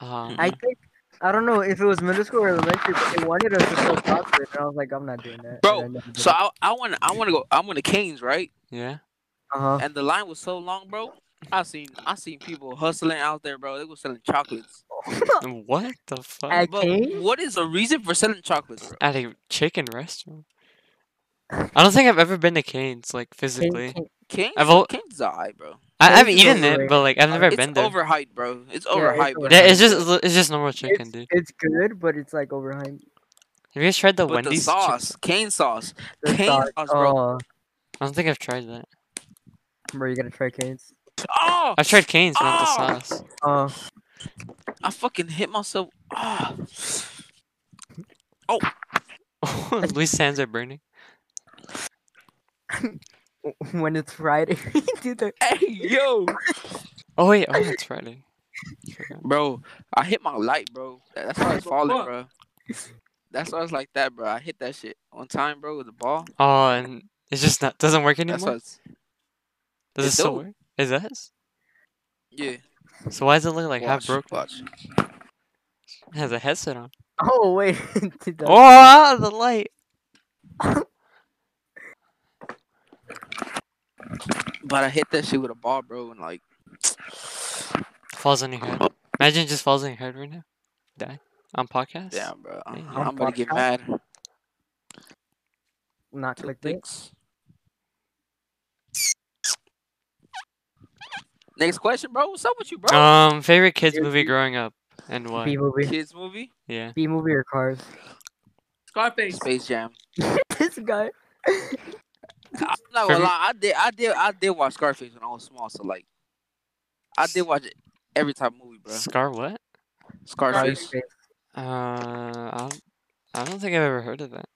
Speaker 1: um,
Speaker 3: I think I don't know if it was middle school or elementary, but they wanted us to sell chocolate, and I was like, I'm not doing that.
Speaker 4: Bro, So I, I want I want to go. I want to Canes, right?
Speaker 1: yeah.
Speaker 3: uh
Speaker 4: And the line was so long, bro. I seen I seen people hustling out there, bro. They were selling chocolates.
Speaker 1: What the fuck?
Speaker 3: At
Speaker 4: But
Speaker 3: Cane's?
Speaker 4: what is the reason for selling chocolates, bro?
Speaker 1: At a chicken restaurant. I don't think I've ever been to Cane's like physically.
Speaker 4: Canes,
Speaker 1: I've al-
Speaker 4: Canes is alright, bro.
Speaker 1: I, I
Speaker 3: Cane's
Speaker 1: haven't
Speaker 3: is
Speaker 1: eaten it,
Speaker 3: overrated.
Speaker 1: but like I've never
Speaker 4: it's
Speaker 1: been there.
Speaker 4: overhyped, bro. It's
Speaker 3: it's
Speaker 4: overhyped. bro.
Speaker 1: Yeah, it's
Speaker 3: overrated.
Speaker 1: just it's just normal chicken,
Speaker 3: it's,
Speaker 1: dude.
Speaker 3: it's good, but it's like overhyped.
Speaker 1: Have you guys tried the
Speaker 4: But
Speaker 1: Wendy's?
Speaker 4: the
Speaker 1: chick-
Speaker 4: sauce, cane sauce,
Speaker 3: The
Speaker 4: cane
Speaker 3: thought-
Speaker 4: sauce, bro.
Speaker 3: Oh,
Speaker 1: I don't think I've tried that.
Speaker 3: bro, you gotta try Cane's.
Speaker 4: Oh,
Speaker 1: I've tried Cane's, not
Speaker 4: Oh!
Speaker 1: the sauce.
Speaker 3: Oh,
Speaker 4: I fucking hit myself. Oh.
Speaker 1: Luis' Oh, sands are burning.
Speaker 3: when it's Friday, dude. the-
Speaker 4: Hey, yo,
Speaker 1: Oh wait, oh it's Friday.
Speaker 4: bro, I hit my light, bro. That- That's why it's falling, bro. That's why it's like that, bro. I hit that shit on time, bro, with the ball.
Speaker 1: Oh, and it's just not doesn't work
Speaker 4: That's
Speaker 1: anymore.
Speaker 4: why it's
Speaker 1: Does
Speaker 4: it
Speaker 1: it still
Speaker 4: don't.
Speaker 1: work? Is that?
Speaker 4: yeah.
Speaker 1: So why does it look like half broke?
Speaker 4: watch, watch.
Speaker 1: It has a headset on.
Speaker 3: Oh wait, dude, the-
Speaker 1: Oh, ah, the light.
Speaker 4: But I hit that shit with a ball, bro, and like,
Speaker 1: Falls on your head. Imagine it just falls on your head right now. Die on podcast.
Speaker 4: damn, bro. I'm,
Speaker 1: Damn.
Speaker 4: I'm gonna get
Speaker 3: Podcast?
Speaker 4: mad.
Speaker 3: not
Speaker 4: Two
Speaker 3: clickbait.
Speaker 4: dicks. Next question, bro. What's up with you, bro?
Speaker 1: Um, favorite kids
Speaker 3: Here's
Speaker 1: movie
Speaker 3: the-
Speaker 1: growing up and why?
Speaker 3: B movie,
Speaker 4: Kids movie,
Speaker 1: Yeah.
Speaker 3: B movie or Cars?
Speaker 2: Scarface.
Speaker 4: Space Jam.
Speaker 3: this guy.
Speaker 4: I'm
Speaker 1: For
Speaker 4: not gonna
Speaker 1: me-
Speaker 4: lie, I did, I did, I did watch Scarface when I was small. So like, I did watch it every type of movie, bro.
Speaker 1: Scar what?
Speaker 4: Scarface.
Speaker 3: Scarface.
Speaker 1: Uh, I don't, I don't think I've ever heard of that.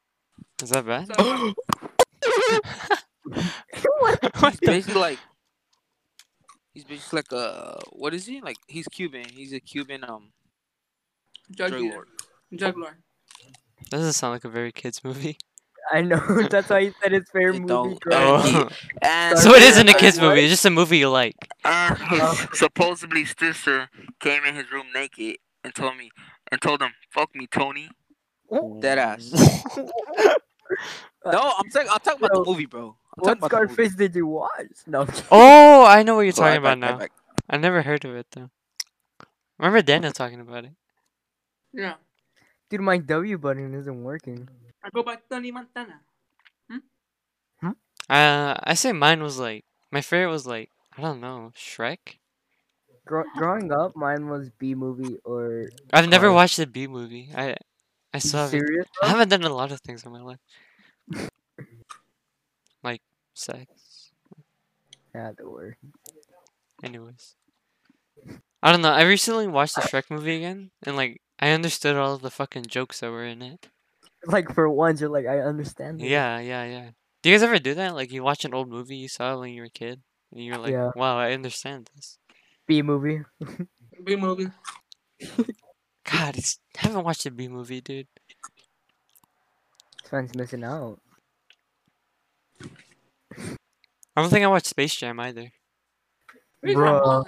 Speaker 1: Is that bad?
Speaker 2: So,
Speaker 1: What the-
Speaker 4: basically like, he's basically like a what is he like? He's Cuban. He's a Cuban um
Speaker 2: drug
Speaker 4: drug
Speaker 2: dealer.
Speaker 4: lord.
Speaker 2: Drug lord.
Speaker 1: doesn't sound like a very kids movie.
Speaker 3: I know. That's why he said his favorite
Speaker 4: It
Speaker 3: movie.
Speaker 4: don't-
Speaker 3: Cars.
Speaker 4: he-
Speaker 1: Oh.
Speaker 4: And
Speaker 1: so it isn't a
Speaker 3: Scarface,
Speaker 1: kids
Speaker 3: what?
Speaker 1: movie. It's just a movie you like.
Speaker 4: And his supposedly sister came in his room naked and told me and told him, "Fuck me, Tony." Dead ass. No, I'm saying I'm talking about
Speaker 3: Bro,
Speaker 4: the movie, bro. I'm
Speaker 3: What
Speaker 4: talking about the movie.
Speaker 3: Scarface did you watch? No. I'm kidding.
Speaker 1: oh, I know what you're
Speaker 4: So I
Speaker 1: talking about
Speaker 4: back- I
Speaker 1: now.
Speaker 4: back-
Speaker 1: I never heard of it though. Remember Daniel talking about it?
Speaker 2: Yeah.
Speaker 3: Dude, my W button isn't working.
Speaker 2: I go by Tony Montana.
Speaker 1: Uh, I say mine was like my favorite was like I don't know Shrek.
Speaker 3: Grow- growing up, mine was B movie or.
Speaker 1: I've never
Speaker 3: Cars.
Speaker 1: watched the B movie. I I
Speaker 3: You
Speaker 1: still haven't.
Speaker 3: serious?
Speaker 1: I haven't done a lot of things in my life, like sex.
Speaker 3: Yeah, don't worry.
Speaker 1: Anyways, I don't know. I recently watched the Shrek movie again, and like I understood all of the fucking jokes that were in it.
Speaker 3: Like for once, you're like, I understand. this."
Speaker 1: Yeah, yeah, yeah. Do you guys ever do that? Like you watch an old movie you saw when you were a kid, and you're like,
Speaker 3: Yeah.
Speaker 1: "Wow, I understand this."
Speaker 3: B movie.
Speaker 2: B movie.
Speaker 1: God, it's, I haven't watched the B movie, dude.
Speaker 3: This man's missing out.
Speaker 1: I don't think I watched Space Jam either.
Speaker 3: Bro.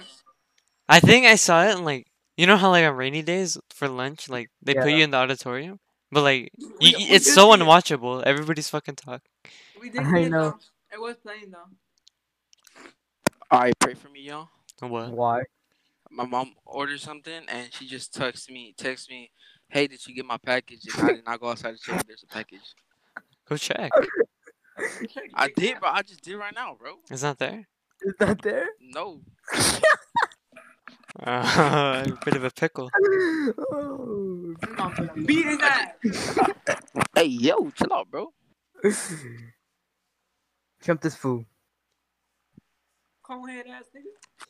Speaker 1: I think I saw it in like you know how like on rainy days for lunch like they put
Speaker 3: Yeah.
Speaker 1: you in the auditorium, but like
Speaker 2: We-
Speaker 1: you,
Speaker 2: we
Speaker 1: it's
Speaker 2: did
Speaker 1: so
Speaker 2: see it.
Speaker 1: unwatchable. Everybody's fucking talking.
Speaker 2: We did
Speaker 3: I
Speaker 2: see it
Speaker 3: know.
Speaker 2: though. It was playing though.
Speaker 4: All right, pray for me, y'all.
Speaker 1: What?
Speaker 3: Why?
Speaker 4: my mom ordered something and she just texts me, texts me, hey, did you get my package? And I did not go outside to check if there's a package.
Speaker 1: Go check.
Speaker 4: I did, bro. I just did right now, bro.
Speaker 1: It's not there.
Speaker 3: Is that there?
Speaker 4: No.
Speaker 1: Uh, a bit of a pickle.
Speaker 3: oh.
Speaker 2: Beat his ass.
Speaker 4: Hey, yo, chill out, bro.
Speaker 3: Jump this fool.
Speaker 2: Conehead ass nigga.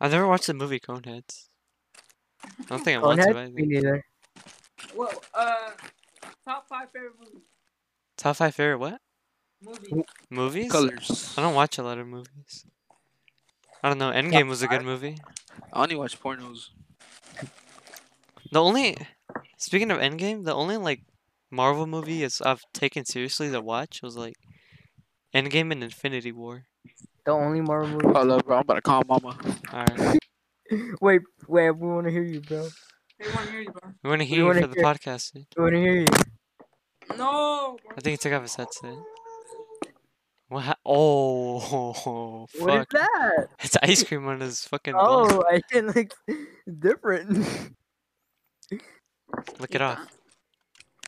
Speaker 1: I've never watched the movie Coneheads. I don't think I want to.
Speaker 3: Conehead? Me
Speaker 1: Either.
Speaker 3: neither.
Speaker 2: Well, uh, top five favorite movie.
Speaker 1: Top five favorite what?
Speaker 2: Movie.
Speaker 1: Movies?
Speaker 4: Colors.
Speaker 1: I don't watch a lot of movies. I don't know. Endgame was a good movie.
Speaker 4: I only watch pornos.
Speaker 1: The only speaking of Endgame, the only like Marvel movie is I've taken seriously to watch was like Endgame and Infinity War.
Speaker 3: The only Marvel movie.
Speaker 4: Hold up, bro. I'm about to call mama.
Speaker 1: Alright,
Speaker 3: Wait, wait, we want to hear you, bro.
Speaker 2: They want to hear you, bro.
Speaker 1: we want to hear you
Speaker 3: wanna
Speaker 1: for the
Speaker 3: hear-
Speaker 1: podcast. eh? dude.
Speaker 3: We want to hear you.
Speaker 2: No, bro.
Speaker 1: I think he took off his headset. What? ha- Oh,
Speaker 3: What is
Speaker 1: fuck!
Speaker 3: that?
Speaker 1: It's ice cream on his fucking. Oh,
Speaker 3: Oh, I think like different.
Speaker 1: look it off,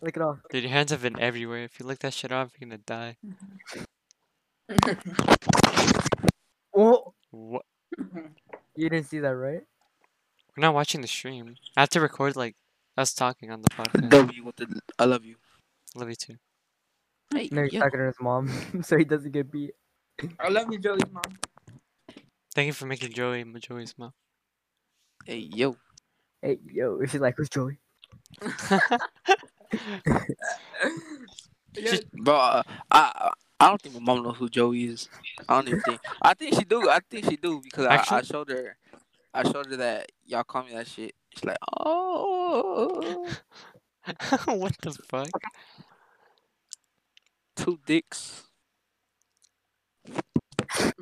Speaker 3: Look it off.
Speaker 1: dude. Your hands have been everywhere. If you lick that shit off, you're gonna die.
Speaker 3: Oh,
Speaker 1: What?
Speaker 3: you didn't see that, right?
Speaker 1: We're not watching the stream. I have to record like us talking on the podcast.
Speaker 4: W with the I love you.
Speaker 1: Love you too.
Speaker 4: Hey,
Speaker 3: No, he's
Speaker 4: yo.
Speaker 3: talking to his mom, so he doesn't get beat.
Speaker 2: I love you, Joey's mom.
Speaker 1: Thank you for making Joey my Joey's mom.
Speaker 4: Hey, yo.
Speaker 3: Hey, yo, she's like, who's Joey?
Speaker 2: Yeah,
Speaker 4: She- bro, uh, I I don't think my mom knows who Joey is. I don't even think. I think she do. I think she do because I, I
Speaker 1: Actually-
Speaker 4: showed her. I showed her that y'all call me that shit. She's like, oh,
Speaker 1: what the fuck?
Speaker 4: two dicks.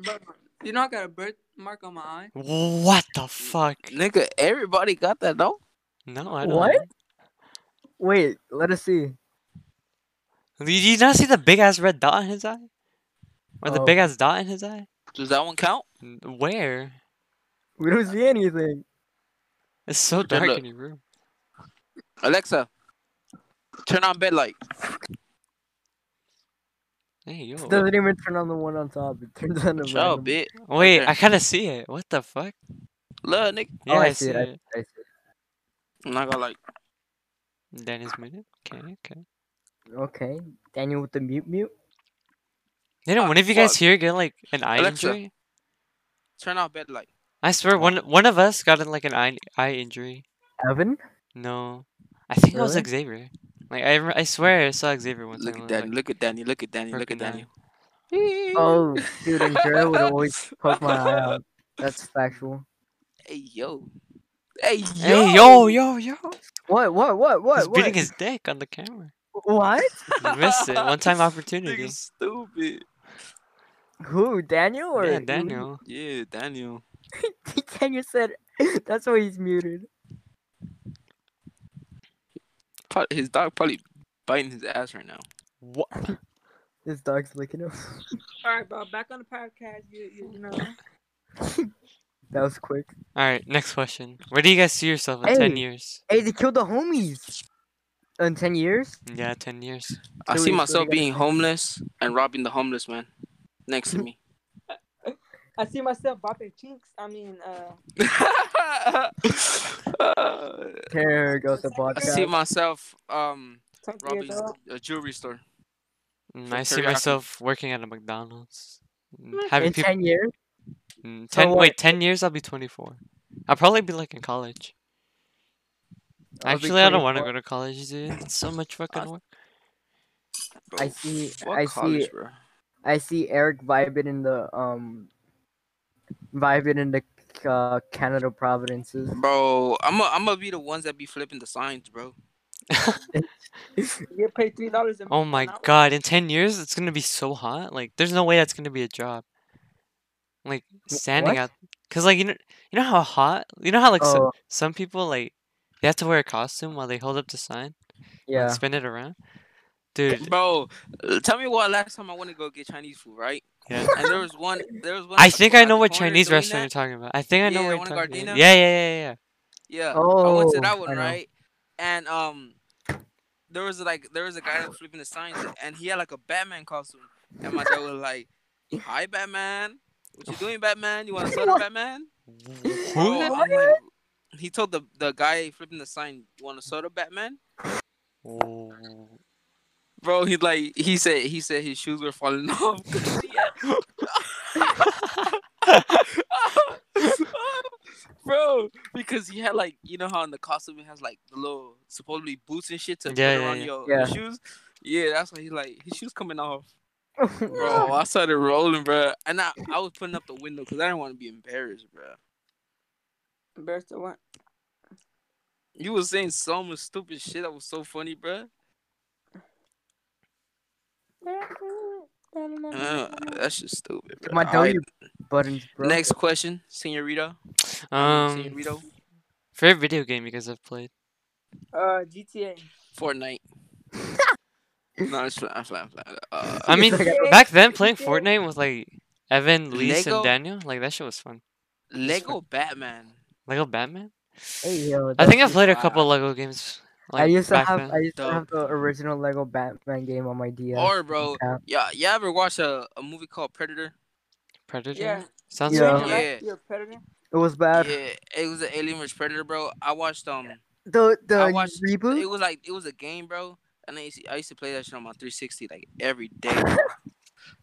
Speaker 2: bro, you know I got a birth mark on my eye.
Speaker 1: What the fuck?
Speaker 4: Nigga, everybody got that though.
Speaker 1: No, I don't.
Speaker 3: What?
Speaker 1: know.
Speaker 3: Wait, let us see.
Speaker 1: Did you not see the big ass red dot in his eye? Or the
Speaker 3: Oh.
Speaker 1: big ass dot in his eye?
Speaker 4: Does that one count?
Speaker 1: N- Where?
Speaker 3: We don't see anything.
Speaker 1: It's so dark
Speaker 4: look.
Speaker 1: in your room.
Speaker 4: Alexa, turn on bed light.
Speaker 1: Hey yo.
Speaker 3: It doesn't even turn on the one on top. It turns on the
Speaker 4: Shut up,
Speaker 3: random-
Speaker 4: bitch.
Speaker 1: Wait,
Speaker 4: there.
Speaker 1: I kinda see it. What the fuck?
Speaker 4: Look, nigga.
Speaker 1: Yeah,
Speaker 3: I
Speaker 1: I,
Speaker 3: see
Speaker 1: see
Speaker 3: it,
Speaker 1: it.
Speaker 3: I see.
Speaker 4: I'm not gonna like.
Speaker 1: Danny's muted. Okay, okay.
Speaker 3: Okay, Daniel with the mute mute.
Speaker 1: You know,
Speaker 4: Ah,
Speaker 1: one of you guys
Speaker 4: fuck.
Speaker 1: here get like an eye
Speaker 4: Alexa.
Speaker 1: injury?
Speaker 4: Turn on bed light.
Speaker 1: I swear, one one of us got in like an eye eye injury.
Speaker 3: Evan?
Speaker 1: No, I think it was
Speaker 3: Really?
Speaker 1: Xavier. Like I, rem- I swear I saw Xavier one
Speaker 4: Look
Speaker 1: time.
Speaker 4: at
Speaker 1: like,
Speaker 4: Danny. Look at Danny. Look at Danny. Look
Speaker 1: broken
Speaker 4: at
Speaker 1: eye.
Speaker 4: Danny.
Speaker 3: Oh, dude, and Jared would always poke my eye out. That's factual.
Speaker 4: Hey yo. Hey yo.
Speaker 1: Hey yo yo yo!
Speaker 3: What? What? What? What?
Speaker 1: He's
Speaker 3: what?
Speaker 1: beating his dick on the camera.
Speaker 3: What?
Speaker 1: You missed it. One time opportunity.
Speaker 4: Nigga stupid.
Speaker 3: Who? Daniel or
Speaker 1: Yeah,
Speaker 3: Lee?
Speaker 1: Daniel.
Speaker 4: Yeah, Daniel.
Speaker 3: Daniel said that's why he's muted.
Speaker 4: Pro- His dog probably biting his ass right now.
Speaker 1: What?
Speaker 3: His dog's licking him.
Speaker 2: All right, bro. Back on the podcast. You, you, you know.
Speaker 3: That was quick.
Speaker 1: All right, next question. Where do you guys see yourself in ten
Speaker 3: Hey.
Speaker 1: years?
Speaker 3: Hey, they killed the homies. In ten years?
Speaker 1: Yeah, ten years.
Speaker 4: I
Speaker 3: Dude,
Speaker 4: see
Speaker 3: what
Speaker 4: myself
Speaker 3: you got?
Speaker 4: being homeless and robbing the homeless man next to me.
Speaker 2: I see myself bopping cheeks. I mean, uh,
Speaker 4: I
Speaker 3: There goes the
Speaker 4: see
Speaker 3: podcast.
Speaker 4: myself um
Speaker 2: something
Speaker 4: robbing
Speaker 2: years old.
Speaker 4: a jewelry store.
Speaker 1: Mm,
Speaker 4: For
Speaker 1: I see
Speaker 4: teriyaki.
Speaker 1: myself working at a McDonald's. Mm, Having
Speaker 3: In
Speaker 1: people.
Speaker 3: ten years?
Speaker 1: mm,
Speaker 3: so
Speaker 1: Ten.
Speaker 3: what?
Speaker 1: Wait, ten years? I'll be twenty-four. I'll probably be like in college.
Speaker 3: I'll be
Speaker 1: Actually, I don't want to
Speaker 3: 24.
Speaker 1: go to college, dude. It's so much fucking work.
Speaker 4: Bro,
Speaker 3: I see-
Speaker 4: fuck
Speaker 3: I see-
Speaker 4: college, bro.
Speaker 3: I see Eric vibing in the um vibing in the uh, Canada Providences.
Speaker 4: Bro, I'm gonna I'm gonna be the ones that be flipping the signs, bro.
Speaker 2: You get paid three dollars.
Speaker 1: Oh my
Speaker 2: hour?
Speaker 1: god, in 10 years it's gonna be so hot. Like there's no way that's gonna be a job. Like standing
Speaker 3: what?
Speaker 1: out cuz like you know you know how hot? You know how like so,
Speaker 3: Oh
Speaker 1: some people like they have to wear a costume while they hold up the sign and like,
Speaker 3: yeah.
Speaker 1: spin it around. Dude,
Speaker 4: Bro, tell me why last time I went to go get Chinese food, right?
Speaker 1: Yeah.
Speaker 4: And there was one. There was one.
Speaker 1: I
Speaker 4: at the
Speaker 1: think
Speaker 4: cor-
Speaker 1: I
Speaker 4: at
Speaker 1: know
Speaker 4: the
Speaker 1: what
Speaker 4: corner
Speaker 1: Chinese
Speaker 4: doing
Speaker 1: restaurant
Speaker 4: that.
Speaker 1: you're talking about. I think I know
Speaker 4: Yeah,
Speaker 1: what
Speaker 4: the
Speaker 1: you're
Speaker 4: one in
Speaker 1: talking about. Yeah,
Speaker 4: Gardena?
Speaker 1: yeah, yeah, yeah.
Speaker 4: Yeah. I went
Speaker 3: Oh,
Speaker 4: to that one,
Speaker 3: I know.
Speaker 4: right? And um, there was like there was a guy that was flipping the signs, and he had like a Batman costume. And my dad was like, "Hi, Batman. What you doing, Batman? You want to sell to Batman?" Bro,
Speaker 1: Who?
Speaker 4: I'm like- he told the the guy flipping the sign, "You want a soda, Batman?"
Speaker 1: Oh.
Speaker 4: Bro, he like he said he said his shoes were falling off. 'cause he had- Bro, because he had like you know how in the costume it has like the little supposedly boots and shit to
Speaker 1: Yeah,
Speaker 4: put
Speaker 1: yeah,
Speaker 4: around
Speaker 1: yeah.
Speaker 4: Your,
Speaker 3: Yeah.
Speaker 4: your shoes. Yeah, that's why he like his shoes coming off. Bro, I started rolling, bro, and I, I was putting up the window because I didn't want to be embarrassed, bro.
Speaker 2: Embarrassed or what?
Speaker 4: You was saying so much stupid shit that was so funny, bro. Uh, that's just stupid, bro.
Speaker 3: My
Speaker 4: All right,
Speaker 3: W buttons broke.
Speaker 4: Next question, Senorita.
Speaker 1: Um,
Speaker 4: Senorito.
Speaker 1: favorite video game you guys have played?
Speaker 2: Uh, GTA.
Speaker 4: Fortnite. no, it's flat, flat, flat. Uh,
Speaker 1: I mean,
Speaker 2: Yeah.
Speaker 1: back then playing Fortnite with like Evan, Lise,
Speaker 4: Lego?
Speaker 1: and Daniel, like that shit was fun.
Speaker 4: Lego Batman.
Speaker 1: Lego Batman.
Speaker 3: Hey, yo,
Speaker 1: I think
Speaker 3: that's-
Speaker 1: I've played a
Speaker 4: Wow.
Speaker 1: couple Lego games. Like,
Speaker 3: I used to
Speaker 1: back
Speaker 3: have
Speaker 1: then.
Speaker 3: I used to
Speaker 4: Dope.
Speaker 3: have the original Lego Batman game on my DS.
Speaker 4: Or bro,
Speaker 3: Yeah.
Speaker 4: yeah, you ever watch a, a movie called Predator?
Speaker 1: Predator.
Speaker 2: Yeah.
Speaker 1: Sounds
Speaker 3: Yeah.
Speaker 1: familiar.
Speaker 4: Yeah.
Speaker 2: You're a predator.
Speaker 3: It was bad.
Speaker 4: yeah, it was an Alien vs Predator, bro. I watched um,
Speaker 3: The the
Speaker 4: I watched-
Speaker 3: reboot.
Speaker 4: it was like it was a game, bro. And I used to, I used to play that shit on my 360 like every day. bro.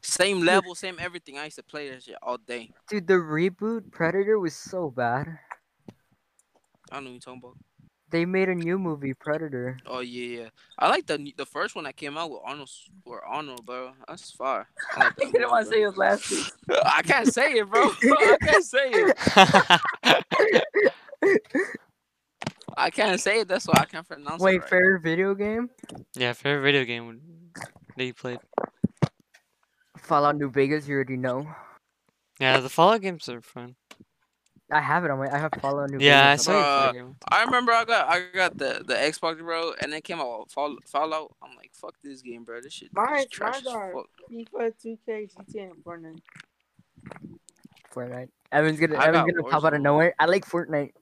Speaker 4: same level, same everything. I used to play that shit all day.
Speaker 3: Dude, the reboot Predator was so bad.
Speaker 4: I don't know what you're talking about.
Speaker 3: They made a new movie, Predator.
Speaker 4: Oh yeah, yeah. I like the the first one that came out with Arnold, S- with Arnold, bro. That's fire. I like that
Speaker 2: You didn't
Speaker 4: one,
Speaker 2: want to
Speaker 4: bro.
Speaker 2: say his last name.
Speaker 4: I can't say it, bro. I can't say it. I can't say it. That's why I can't pronounce
Speaker 3: Wait,
Speaker 4: it. Right.
Speaker 3: favorite video game?
Speaker 1: yeah, favorite video game would- that you played.
Speaker 3: Fallout New Vegas. You already know.
Speaker 1: Yeah, the Fallout games are fun.
Speaker 3: I have it on my. I have Fallout New
Speaker 1: Yeah, I
Speaker 3: Vegas.
Speaker 1: saw
Speaker 3: on my-
Speaker 4: Bruh.
Speaker 1: you play them.
Speaker 4: I remember I got I got the the Xbox, bro, and it came out with Fall, Fallout. I'm like, fuck this game, bro. This shit is
Speaker 2: Mine-
Speaker 4: trash
Speaker 2: mine
Speaker 4: as
Speaker 2: are-
Speaker 4: fuck.
Speaker 2: FIFA, 2K, GTA, and Fortnite.
Speaker 3: Fortnite. Evan's gonna.
Speaker 4: I
Speaker 3: Evan's
Speaker 4: got
Speaker 3: gonna pop out of
Speaker 4: Warzone.
Speaker 3: nowhere. I like Fortnite.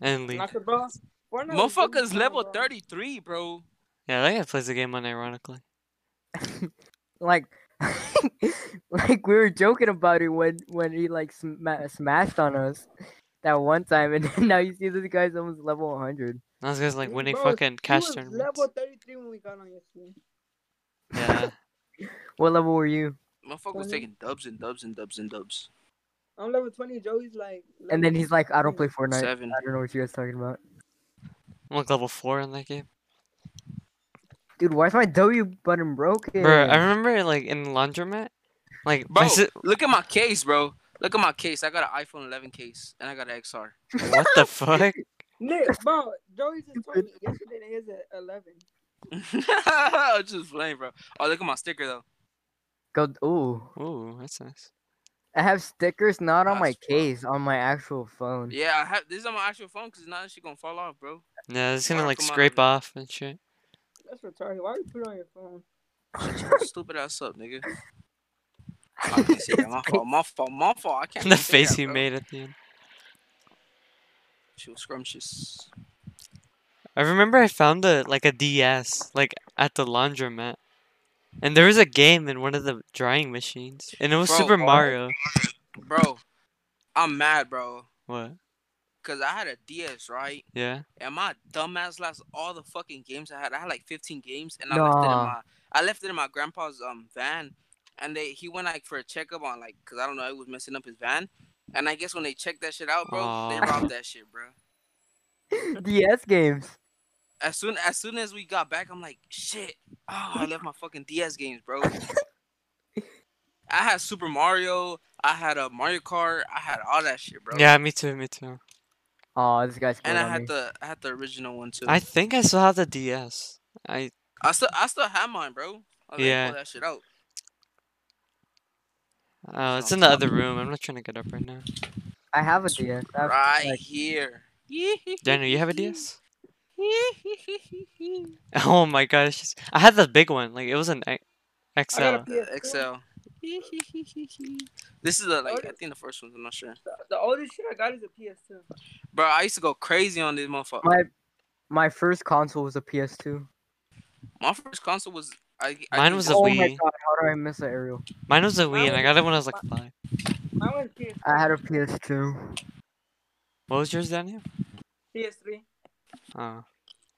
Speaker 1: And League.
Speaker 2: Not the bro. Fortnite was good
Speaker 4: Motherfuckers
Speaker 2: before,
Speaker 4: level
Speaker 2: bro.
Speaker 4: 33, bro.
Speaker 1: Yeah, that guy plays the game unironically.
Speaker 3: Like, like we were joking about it when when he like sma- smashed on us that one time, and now you see this guy's almost level 100.
Speaker 1: Those guys like winning
Speaker 2: Bro,
Speaker 1: fucking
Speaker 2: He
Speaker 1: cash
Speaker 2: was
Speaker 1: tournaments.
Speaker 2: level 33 when we got on your team.
Speaker 1: Yeah.
Speaker 3: What level were you?
Speaker 4: Motherfuckers
Speaker 2: Funny.
Speaker 4: taking dubs and dubs and dubs and dubs.
Speaker 2: I'm level 20. Joey's like.
Speaker 3: And then he's like, I don't play Fortnite.
Speaker 4: Seven.
Speaker 3: I don't know what you guys talking about,
Speaker 1: I'm like level four in that game.
Speaker 3: dude. Why is my W button broken?
Speaker 1: Bro, I remember like in the laundromat, like my
Speaker 4: Bro,
Speaker 1: si-
Speaker 4: look at my case, bro. Look at my case. I got an iPhone 11 case and I got an XR.
Speaker 1: what the fuck?
Speaker 2: Nick, bro, Joey's just 20. Yesterday he was at 11.
Speaker 4: I'm just playing, bro. Oh, look at my sticker though.
Speaker 3: Go. Ooh,
Speaker 1: Ooh, that's nice.
Speaker 3: I have stickers not on my
Speaker 4: That's rough.
Speaker 3: case, on my actual phone.
Speaker 4: Yeah, I have. This is on my actual phone because now this shit gonna fall off, bro.
Speaker 1: Yeah, it's gonna
Speaker 4: Mark
Speaker 1: like
Speaker 4: 'em up.
Speaker 1: scrape off and shit.
Speaker 2: That's retarded. Why you put it on your phone?
Speaker 4: Shut your stupid ass up, nigga. I can't say that. My fault. My fault. My fault. I can't.
Speaker 1: the
Speaker 4: even say
Speaker 1: face
Speaker 4: that,
Speaker 1: he
Speaker 4: bro.
Speaker 1: made at the end.
Speaker 4: She was scrumptious.
Speaker 1: I remember I found a like a DS like at the laundromat, and there was a game in one of the drying machines, and it was
Speaker 4: Bro,
Speaker 1: Super
Speaker 4: oh.
Speaker 1: Mario.
Speaker 4: Bro, I'm mad, bro.
Speaker 1: What?
Speaker 4: Cause I had a DS, right?
Speaker 1: Yeah.
Speaker 4: And my dumbass lost all the fucking games I had. I had like 15 games, and I left it in
Speaker 3: Nah.
Speaker 4: my I left it in my grandpa's um van, and they he went like for a checkup on like, cause I don't know, it was messing up his van, and I guess when they checked that shit out, bro, they
Speaker 1: Aw.
Speaker 4: robbed that shit, bro.
Speaker 3: DS games.
Speaker 4: As soon as soon as we got back, I'm like, shit, oh, I left my fucking DS games, bro. I had Super Mario, I had a Mario Kart, I had all that shit, bro.
Speaker 1: Yeah, me too. Me too.
Speaker 3: Oh, this guy's
Speaker 4: And
Speaker 3: going
Speaker 4: I
Speaker 3: on
Speaker 4: had
Speaker 3: me.
Speaker 4: the I had the original one too.
Speaker 1: I think I still have the DS. I
Speaker 4: I still I still have mine, bro. I was
Speaker 1: Yeah.
Speaker 4: Like, pull that shit out.
Speaker 1: uh, it's
Speaker 4: Sounds
Speaker 1: in the other room. I'm not trying to get up right now.
Speaker 3: I have a DS. I have,
Speaker 4: right
Speaker 3: like-
Speaker 4: here.
Speaker 1: Daniel, you have a DS? Oh my gosh, I had the big one. Like it was an X-
Speaker 2: I
Speaker 1: XL.
Speaker 2: got a PS4.
Speaker 4: Excel. this is the, like I think the first one. I'm not sure.
Speaker 2: The, the oldest shit I got is a PS2.
Speaker 4: Bro, I used to go crazy on this motherfucker.
Speaker 3: My my first console was a PS2.
Speaker 4: My first console was I. I
Speaker 1: Mine
Speaker 4: think
Speaker 1: was
Speaker 4: that-
Speaker 1: a
Speaker 3: oh my
Speaker 1: Wii.
Speaker 3: god, how do I miss that aerial?
Speaker 1: Mine was a Wii, and I got it when I was like five.
Speaker 2: Mine was PS2.
Speaker 3: I had a PS2.
Speaker 1: What was yours, Daniel?
Speaker 2: PS3.
Speaker 1: Oh,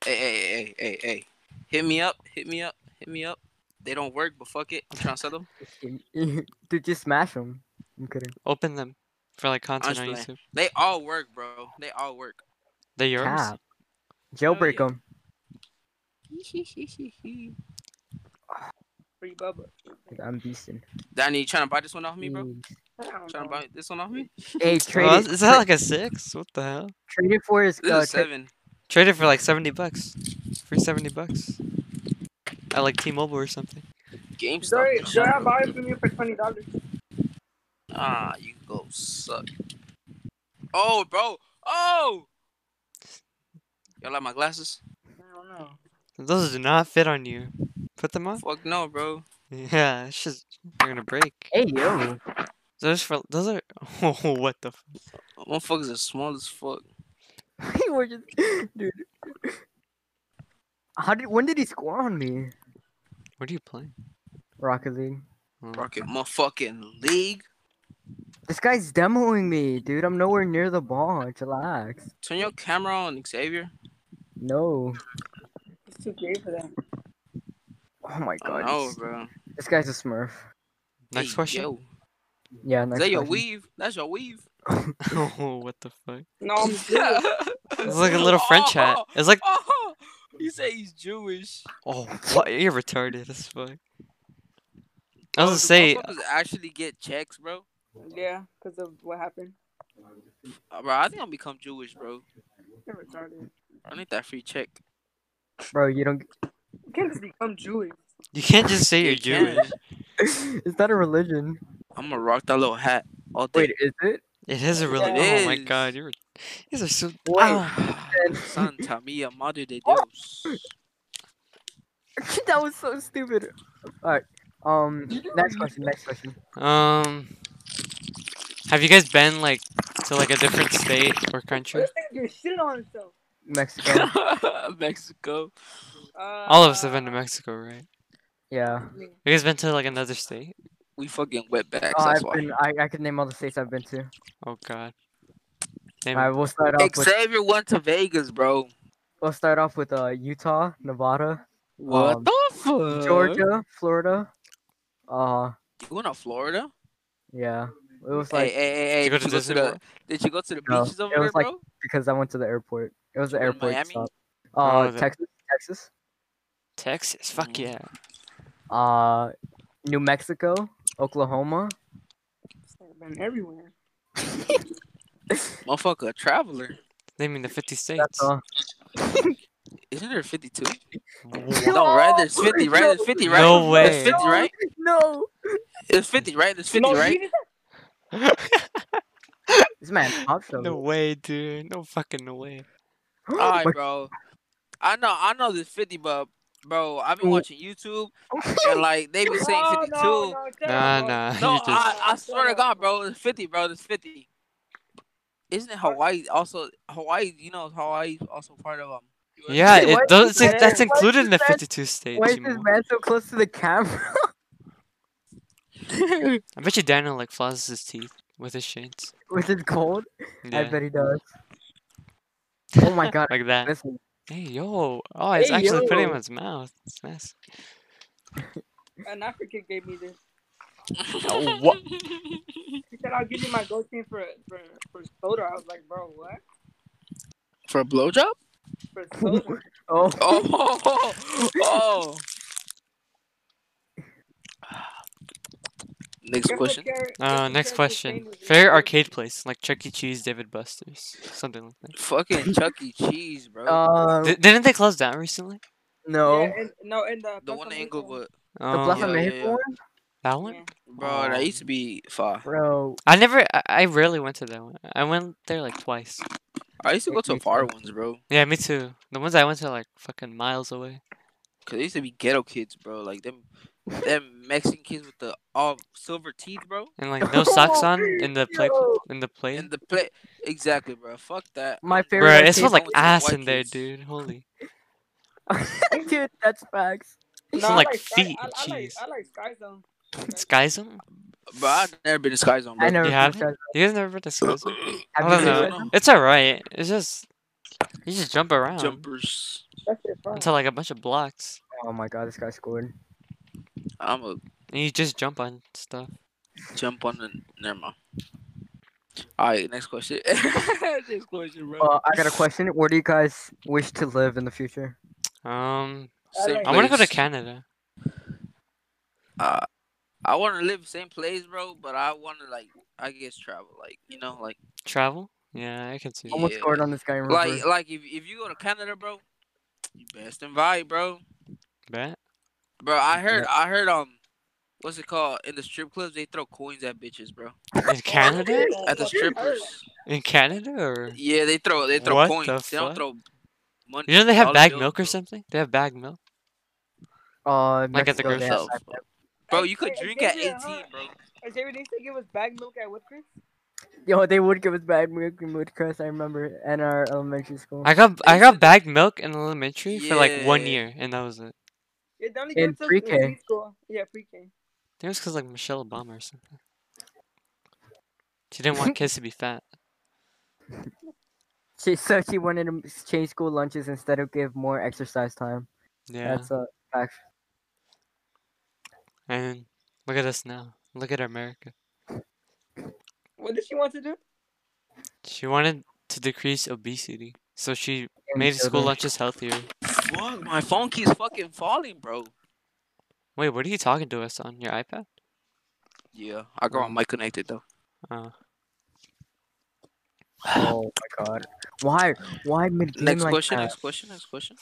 Speaker 4: hey, hey, hey, hey, hey. Hit me up, hit me up, hit me up. They don't work, but fuck it. I'm trying to sell them.
Speaker 3: Dude, just smash them. I'm kidding.
Speaker 1: open them for like content on
Speaker 4: Honestly.
Speaker 1: YouTube.
Speaker 4: They all work, bro. They all work.
Speaker 1: They're yours. Oh,
Speaker 3: Cap. Jailbreak
Speaker 4: yeah.
Speaker 3: them.
Speaker 2: Free Bubba.
Speaker 3: I'm beasting.
Speaker 4: Danny, you trying to buy this one off me, bro?
Speaker 3: Jeez.
Speaker 2: I don't
Speaker 4: Trying to
Speaker 2: know.
Speaker 4: buy this one off me?
Speaker 1: Bro,
Speaker 3: Hey, trade
Speaker 1: is-
Speaker 3: it.
Speaker 1: is that like a six? What the hell?
Speaker 3: Trade it for his
Speaker 4: This
Speaker 3: uh,
Speaker 4: is a
Speaker 3: tra-
Speaker 4: seven.
Speaker 1: Trade it for like seventy bucks. Free seventy bucks. At like T-Mobile or something.
Speaker 4: GameStop.
Speaker 2: Sorry,
Speaker 4: and
Speaker 2: sorry,
Speaker 4: shit.
Speaker 2: I bought it from you for twenty dollars.
Speaker 4: Ah, you go suck. Oh, bro. Oh. Y'all like my glasses?
Speaker 2: I don't know.
Speaker 1: Those do not fit on you. Put them on.
Speaker 4: Fuck no, bro.
Speaker 1: Yeah, it's just they're gonna break.
Speaker 3: Hey yo,
Speaker 1: Those for those are. Oh, what the? F-
Speaker 4: Motherfuckers are small as fuck.
Speaker 3: we're just, dude. How did? When did he score on me?
Speaker 1: what are you playing?
Speaker 3: Rocket League.
Speaker 1: Oh.
Speaker 4: Rocket motherfucking league.
Speaker 3: This guy's demoing me, dude. I'm nowhere near the ball. Relax.
Speaker 4: Turn your camera on, Xavier.
Speaker 3: No.
Speaker 2: It's too gay for that.
Speaker 3: Oh my
Speaker 4: Oh
Speaker 3: god.
Speaker 4: no,
Speaker 3: this-
Speaker 4: bro.
Speaker 3: This guy's a Smurf.
Speaker 1: Next
Speaker 4: Hey,
Speaker 1: question.
Speaker 4: Yo.
Speaker 3: Yeah. Next
Speaker 4: Is that your
Speaker 3: question.
Speaker 4: weave? That's your weave.
Speaker 1: oh, what the fuck?
Speaker 2: No, I'm serious.
Speaker 1: It's like a little French hat.
Speaker 4: Oh,
Speaker 1: It's like,
Speaker 4: oh, you say he's Jewish.
Speaker 1: oh, what? You're retarded as fuck. I was
Speaker 4: Bro,
Speaker 1: gonna
Speaker 4: do
Speaker 1: say,
Speaker 4: motherfuckers actually get checks, bro.
Speaker 2: yeah, because of what happened.
Speaker 4: Uh, Bro, I think I'll become Jewish, bro.
Speaker 2: You're retarded.
Speaker 4: I need that free check.
Speaker 3: Bro, you don't.
Speaker 2: You can't just become Jewish.
Speaker 1: you can't just say you're
Speaker 4: You can.
Speaker 1: Jewish.
Speaker 3: is that a religion?
Speaker 4: I'm gonna rock that little hat all day.
Speaker 3: Wait, is it?
Speaker 1: It is a
Speaker 2: It
Speaker 1: really. Oh my
Speaker 4: is.
Speaker 1: god, you're. These are so.
Speaker 3: Wait.
Speaker 1: Ah.
Speaker 4: Santa Mia Madre de Dios.
Speaker 3: that was so stupid. All right. Um. Next question. Next question.
Speaker 1: Um. Have you guys been like to like a different state or country?
Speaker 2: This nigga just shit on himself.
Speaker 3: Mexico.
Speaker 4: Mexico.
Speaker 2: Uh,
Speaker 1: All of us have been to Mexico, right?
Speaker 3: yeah.
Speaker 1: You guys been to like another state?
Speaker 4: We fucking wetbacks.
Speaker 3: Oh, I've
Speaker 4: that's why.
Speaker 3: been. I, I can name all the states I've been to.
Speaker 1: Oh god.
Speaker 3: All
Speaker 1: Name-
Speaker 3: right. We'll start off with.
Speaker 4: Xavier went to Vegas, bro.
Speaker 3: We'll start off with uh Utah, Nevada,
Speaker 4: What
Speaker 3: Um,
Speaker 4: the fuck?
Speaker 3: Georgia, Florida. Uh.
Speaker 4: You went to Florida?
Speaker 3: Yeah. It was
Speaker 4: Hey,
Speaker 3: like
Speaker 4: hey, hey,
Speaker 1: Did you
Speaker 4: hey,
Speaker 1: go to
Speaker 4: did, you go to
Speaker 1: Disney
Speaker 4: the,
Speaker 1: World?
Speaker 4: did you go to the
Speaker 3: No,
Speaker 4: beaches over
Speaker 3: it was
Speaker 4: there,
Speaker 3: like-
Speaker 4: bro?
Speaker 3: because I went to the airport. It was the
Speaker 4: You were in
Speaker 3: airport
Speaker 4: Miami?
Speaker 3: stop.
Speaker 1: Where
Speaker 3: Uh,
Speaker 1: was it?
Speaker 3: Texas, Texas.
Speaker 1: Texas. Fuck
Speaker 4: Mm.
Speaker 1: yeah.
Speaker 3: Uh, New Mexico, Oklahoma.
Speaker 2: I've been everywhere.
Speaker 4: Motherfucker, a traveler.
Speaker 1: Naming the 50 states.
Speaker 3: That's uh, all.
Speaker 4: Isn't there 52?
Speaker 1: Wha-
Speaker 4: No, right? There's 50, right? There's 50, right?
Speaker 1: No way.
Speaker 4: There's 50, right?
Speaker 3: No.
Speaker 4: There's 50, right? There's 50,
Speaker 2: no,
Speaker 4: right?
Speaker 2: Jesus,
Speaker 3: This man top show.
Speaker 1: no way, dude. No fucking way.
Speaker 4: Alright,
Speaker 3: But-
Speaker 4: bro. I know, I know there's 50, but bro, I've been
Speaker 3: Mm.
Speaker 4: watching YouTube and like they be saying 52.
Speaker 2: No, no,
Speaker 4: No,
Speaker 2: no, shut
Speaker 1: Nah,
Speaker 2: up,
Speaker 1: nah. you just,
Speaker 4: I, I swear to God, bro, there's 50, bro, there's 50. Isn't it Hawaii also Hawaii? You know, Hawaii also part of um. USA?
Speaker 1: yeah,
Speaker 3: Wait,
Speaker 1: it
Speaker 3: why is
Speaker 1: does.
Speaker 3: this
Speaker 1: It's, that's
Speaker 3: man- why is
Speaker 1: included in the
Speaker 3: this man-
Speaker 1: 52 states.
Speaker 3: Why is
Speaker 1: you
Speaker 3: this
Speaker 1: mo-
Speaker 3: man so close to the camera?
Speaker 1: I bet you Daniel like flosses his teeth with his shades.
Speaker 3: With his cold? I
Speaker 1: Yeah,
Speaker 3: bet he does. Oh my god.
Speaker 1: like that.
Speaker 3: Listen,
Speaker 1: Hey yo! Oh, it's
Speaker 3: Hey,
Speaker 1: actually putting him
Speaker 3: yo.
Speaker 1: in his mouth. It's nasty.
Speaker 2: An African gave me this.
Speaker 1: Oh,
Speaker 4: uh,
Speaker 1: what?
Speaker 2: He said, I'll give you my gold chain for, for, for soda. I was like, bro, what?
Speaker 4: For a blowjob?
Speaker 2: For soda?
Speaker 3: oh,
Speaker 4: Oh, oh. Next
Speaker 2: Careful,
Speaker 4: question.
Speaker 2: Jared.
Speaker 1: Uh,
Speaker 2: Careful,
Speaker 1: next
Speaker 2: Jared,
Speaker 1: question.
Speaker 2: this chain is
Speaker 1: Favorite
Speaker 2: really-
Speaker 1: arcade place, like Chuck E. Cheese, David Buster's, something like that.
Speaker 4: Fucking Chuck E. Cheese,
Speaker 1: Oh,
Speaker 4: bro.
Speaker 2: Uh,
Speaker 3: um,
Speaker 1: Di- didn't they close down recently?
Speaker 3: no.
Speaker 2: Yeah, and, no, and the
Speaker 4: the one in Inglewood,
Speaker 3: The
Speaker 1: Oh,
Speaker 3: Bluff
Speaker 4: yeah,
Speaker 3: and
Speaker 4: yeah,
Speaker 3: Maple
Speaker 4: yeah.
Speaker 3: one?
Speaker 1: that
Speaker 2: Yeah.
Speaker 1: one?
Speaker 4: bro.
Speaker 1: Um,
Speaker 4: That used to be far.
Speaker 3: Bro,
Speaker 1: I never. I, I rarely went to that one. I went there like twice.
Speaker 4: I used to go to
Speaker 3: Me
Speaker 4: far
Speaker 3: too.
Speaker 4: ones, bro.
Speaker 1: Yeah, me too. The ones I went to like fucking miles away.
Speaker 4: Cause they used to be ghetto kids, bro. Like them, them Mexican kids with the all silver teeth, bro.
Speaker 1: and like no socks on in the play
Speaker 3: Yo.
Speaker 1: in the play.
Speaker 4: And the play exactly, bro. Fuck that.
Speaker 3: My favorite.
Speaker 1: Bro, it
Speaker 3: arcade-
Speaker 1: smells like
Speaker 4: only for
Speaker 1: ass
Speaker 4: white
Speaker 1: in there,
Speaker 4: kids.
Speaker 1: dude. Holy,
Speaker 3: dude, that's facts.
Speaker 1: It's
Speaker 2: I
Speaker 1: like
Speaker 2: Sky-
Speaker 1: feet,
Speaker 2: I, I like
Speaker 1: jeez.
Speaker 2: I like Sky Zone.
Speaker 1: Sky Zone?
Speaker 4: Bro, I've never been to Sky Zone, bro.
Speaker 3: I never.
Speaker 1: You
Speaker 3: been
Speaker 1: haven't?
Speaker 3: Sky Zone.
Speaker 1: You guys never been to Sky Zone?
Speaker 3: Have
Speaker 1: I don't
Speaker 3: you been
Speaker 1: know.
Speaker 3: Sky Zone?
Speaker 1: It's alright. It's just you just jump around
Speaker 4: Jumpers.
Speaker 2: That shit fun.
Speaker 1: until like a bunch of blocks,
Speaker 3: Oh my god, this guy scored.
Speaker 4: I'm a
Speaker 1: and you just jump on stuff.
Speaker 4: jump on the never mind. Alright, next question. next question, bro.
Speaker 3: Uh, I got a question. Where do you guys wish to live in the future?
Speaker 1: Um,
Speaker 4: Same
Speaker 1: I want to go to
Speaker 4: place.
Speaker 1: Canada.
Speaker 4: Uh, I want to live same place, bro. But I want to like, I guess travel, like you know, like
Speaker 1: Travel? Yeah, I can see.
Speaker 3: Almost
Speaker 4: Yeah.
Speaker 3: scored on this guy. Remember?
Speaker 4: like like if if you go to Canada, bro, you best invite, bro.
Speaker 1: Bet.
Speaker 4: Bro, I heard I heard um, what's it called in the strip clubs? They throw coins at bitches, bro.
Speaker 1: In Canada?
Speaker 4: At the strippers,
Speaker 1: In Canada or?
Speaker 4: yeah, they throw they throw
Speaker 1: What
Speaker 4: coins.
Speaker 1: the
Speaker 4: They don't
Speaker 1: fuck?
Speaker 4: throw money.
Speaker 1: You know they have
Speaker 4: dollar
Speaker 1: bag
Speaker 4: bills,
Speaker 1: milk
Speaker 4: bro.
Speaker 1: or something? They have bag milk.
Speaker 3: uh,
Speaker 1: Like at the
Speaker 3: Mexico, they
Speaker 4: grocery
Speaker 3: have five
Speaker 4: store.
Speaker 3: steps.
Speaker 4: Bro, you could
Speaker 2: Hey,
Speaker 4: drink
Speaker 2: hey,
Speaker 4: at
Speaker 2: yeah,
Speaker 4: 18,
Speaker 2: huh?
Speaker 4: bro.
Speaker 2: Is there anything to give us bag milk at Whipped Creek?
Speaker 3: Yo, they would give us bad milk and mood crust. I remember it, in our elementary school.
Speaker 1: I got I
Speaker 4: They
Speaker 1: got
Speaker 4: said-
Speaker 1: bag milk in elementary for like one
Speaker 4: Yeah.
Speaker 1: year, and that was it.
Speaker 2: Yeah, they only
Speaker 3: In
Speaker 2: give it to us
Speaker 3: pre-K.
Speaker 2: preschool. Yeah, pre-K.
Speaker 1: I think it was because like Michelle Obama or something. She didn't want kids to be fat.
Speaker 3: She, so she wanted to s- change school lunches instead of give more exercise time.
Speaker 1: Yeah.
Speaker 3: That's a fact.
Speaker 1: And look at us now. Look at America.
Speaker 2: What did she want to do?
Speaker 1: She wanted to decrease obesity, so she
Speaker 3: And
Speaker 1: made
Speaker 3: so
Speaker 1: school
Speaker 3: the-
Speaker 1: lunches healthier.
Speaker 4: Fuck, my phone keeps fucking falling, bro.
Speaker 1: Wait, what are you talking to us on your iPad?
Speaker 4: Yeah, I got my mic connected though.
Speaker 1: Oh,
Speaker 3: Oh my god. Why? Why mid game
Speaker 4: Next
Speaker 3: like uh,
Speaker 4: question.
Speaker 3: that?
Speaker 4: Next question. Next question.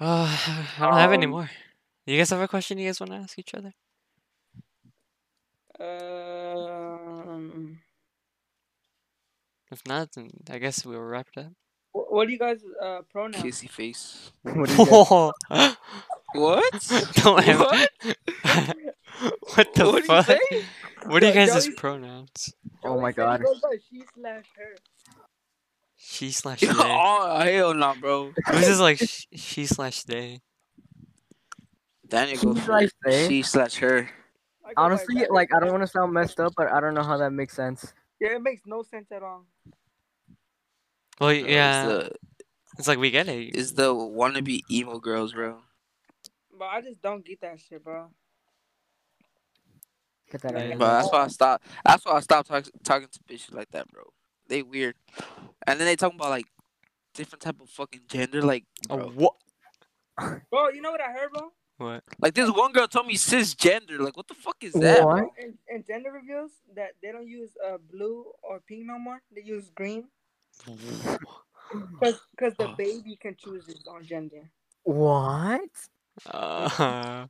Speaker 1: I don't have any
Speaker 3: Um,
Speaker 1: more. You guys have a question you guys want to ask each other?
Speaker 2: Um,
Speaker 1: If not, then I guess we'll wrap it up.
Speaker 2: wh- what do you guys uh pronouns?
Speaker 4: Kissy face.
Speaker 3: What do you guys-
Speaker 1: Whoa!
Speaker 4: What?
Speaker 1: Don't have
Speaker 4: What?
Speaker 1: what the
Speaker 4: What did you
Speaker 1: fuck?
Speaker 4: say?
Speaker 1: What are you
Speaker 2: Yo-
Speaker 1: guys'
Speaker 2: Joey-
Speaker 1: pronouns?
Speaker 3: oh my
Speaker 2: Joey said
Speaker 3: god.
Speaker 2: he goes by she slash her.
Speaker 1: She slash they.
Speaker 4: oh hell no, bro.
Speaker 1: This is like sh- she slash they.
Speaker 4: Daniel goes
Speaker 3: She
Speaker 4: for
Speaker 3: slash
Speaker 4: it.
Speaker 3: they?
Speaker 4: She slash her.
Speaker 2: I go by
Speaker 3: Honestly,
Speaker 2: that.
Speaker 3: like I don't want to sound messed up, but I don't know how that makes sense.
Speaker 2: yeah, it makes no sense at all.
Speaker 1: Well,
Speaker 4: bro.
Speaker 1: yeah,
Speaker 4: It's
Speaker 1: it's like we get it.
Speaker 4: the, it's the wannabe emo girls, bro.
Speaker 2: But I just don't get that shit, bro.
Speaker 3: Get that out of
Speaker 1: Yeah.
Speaker 4: Bro,
Speaker 3: here.
Speaker 4: that's why I stopped. That's why I stopped talk, talking to bitches like that, bro. They weird. And then they talking about like different type of fucking gender. Like,
Speaker 1: Oh,
Speaker 4: bro.
Speaker 1: what?
Speaker 2: Bro, you know what I heard, bro?
Speaker 1: What?
Speaker 4: like this one girl told me cisgender. Like, what the fuck is that?
Speaker 3: What?
Speaker 4: bro?
Speaker 2: In, in gender reveals, that they don't use uh blue or pink no more. They use green, cause 'cause the baby can choose his own gender.
Speaker 3: What?
Speaker 1: Uh,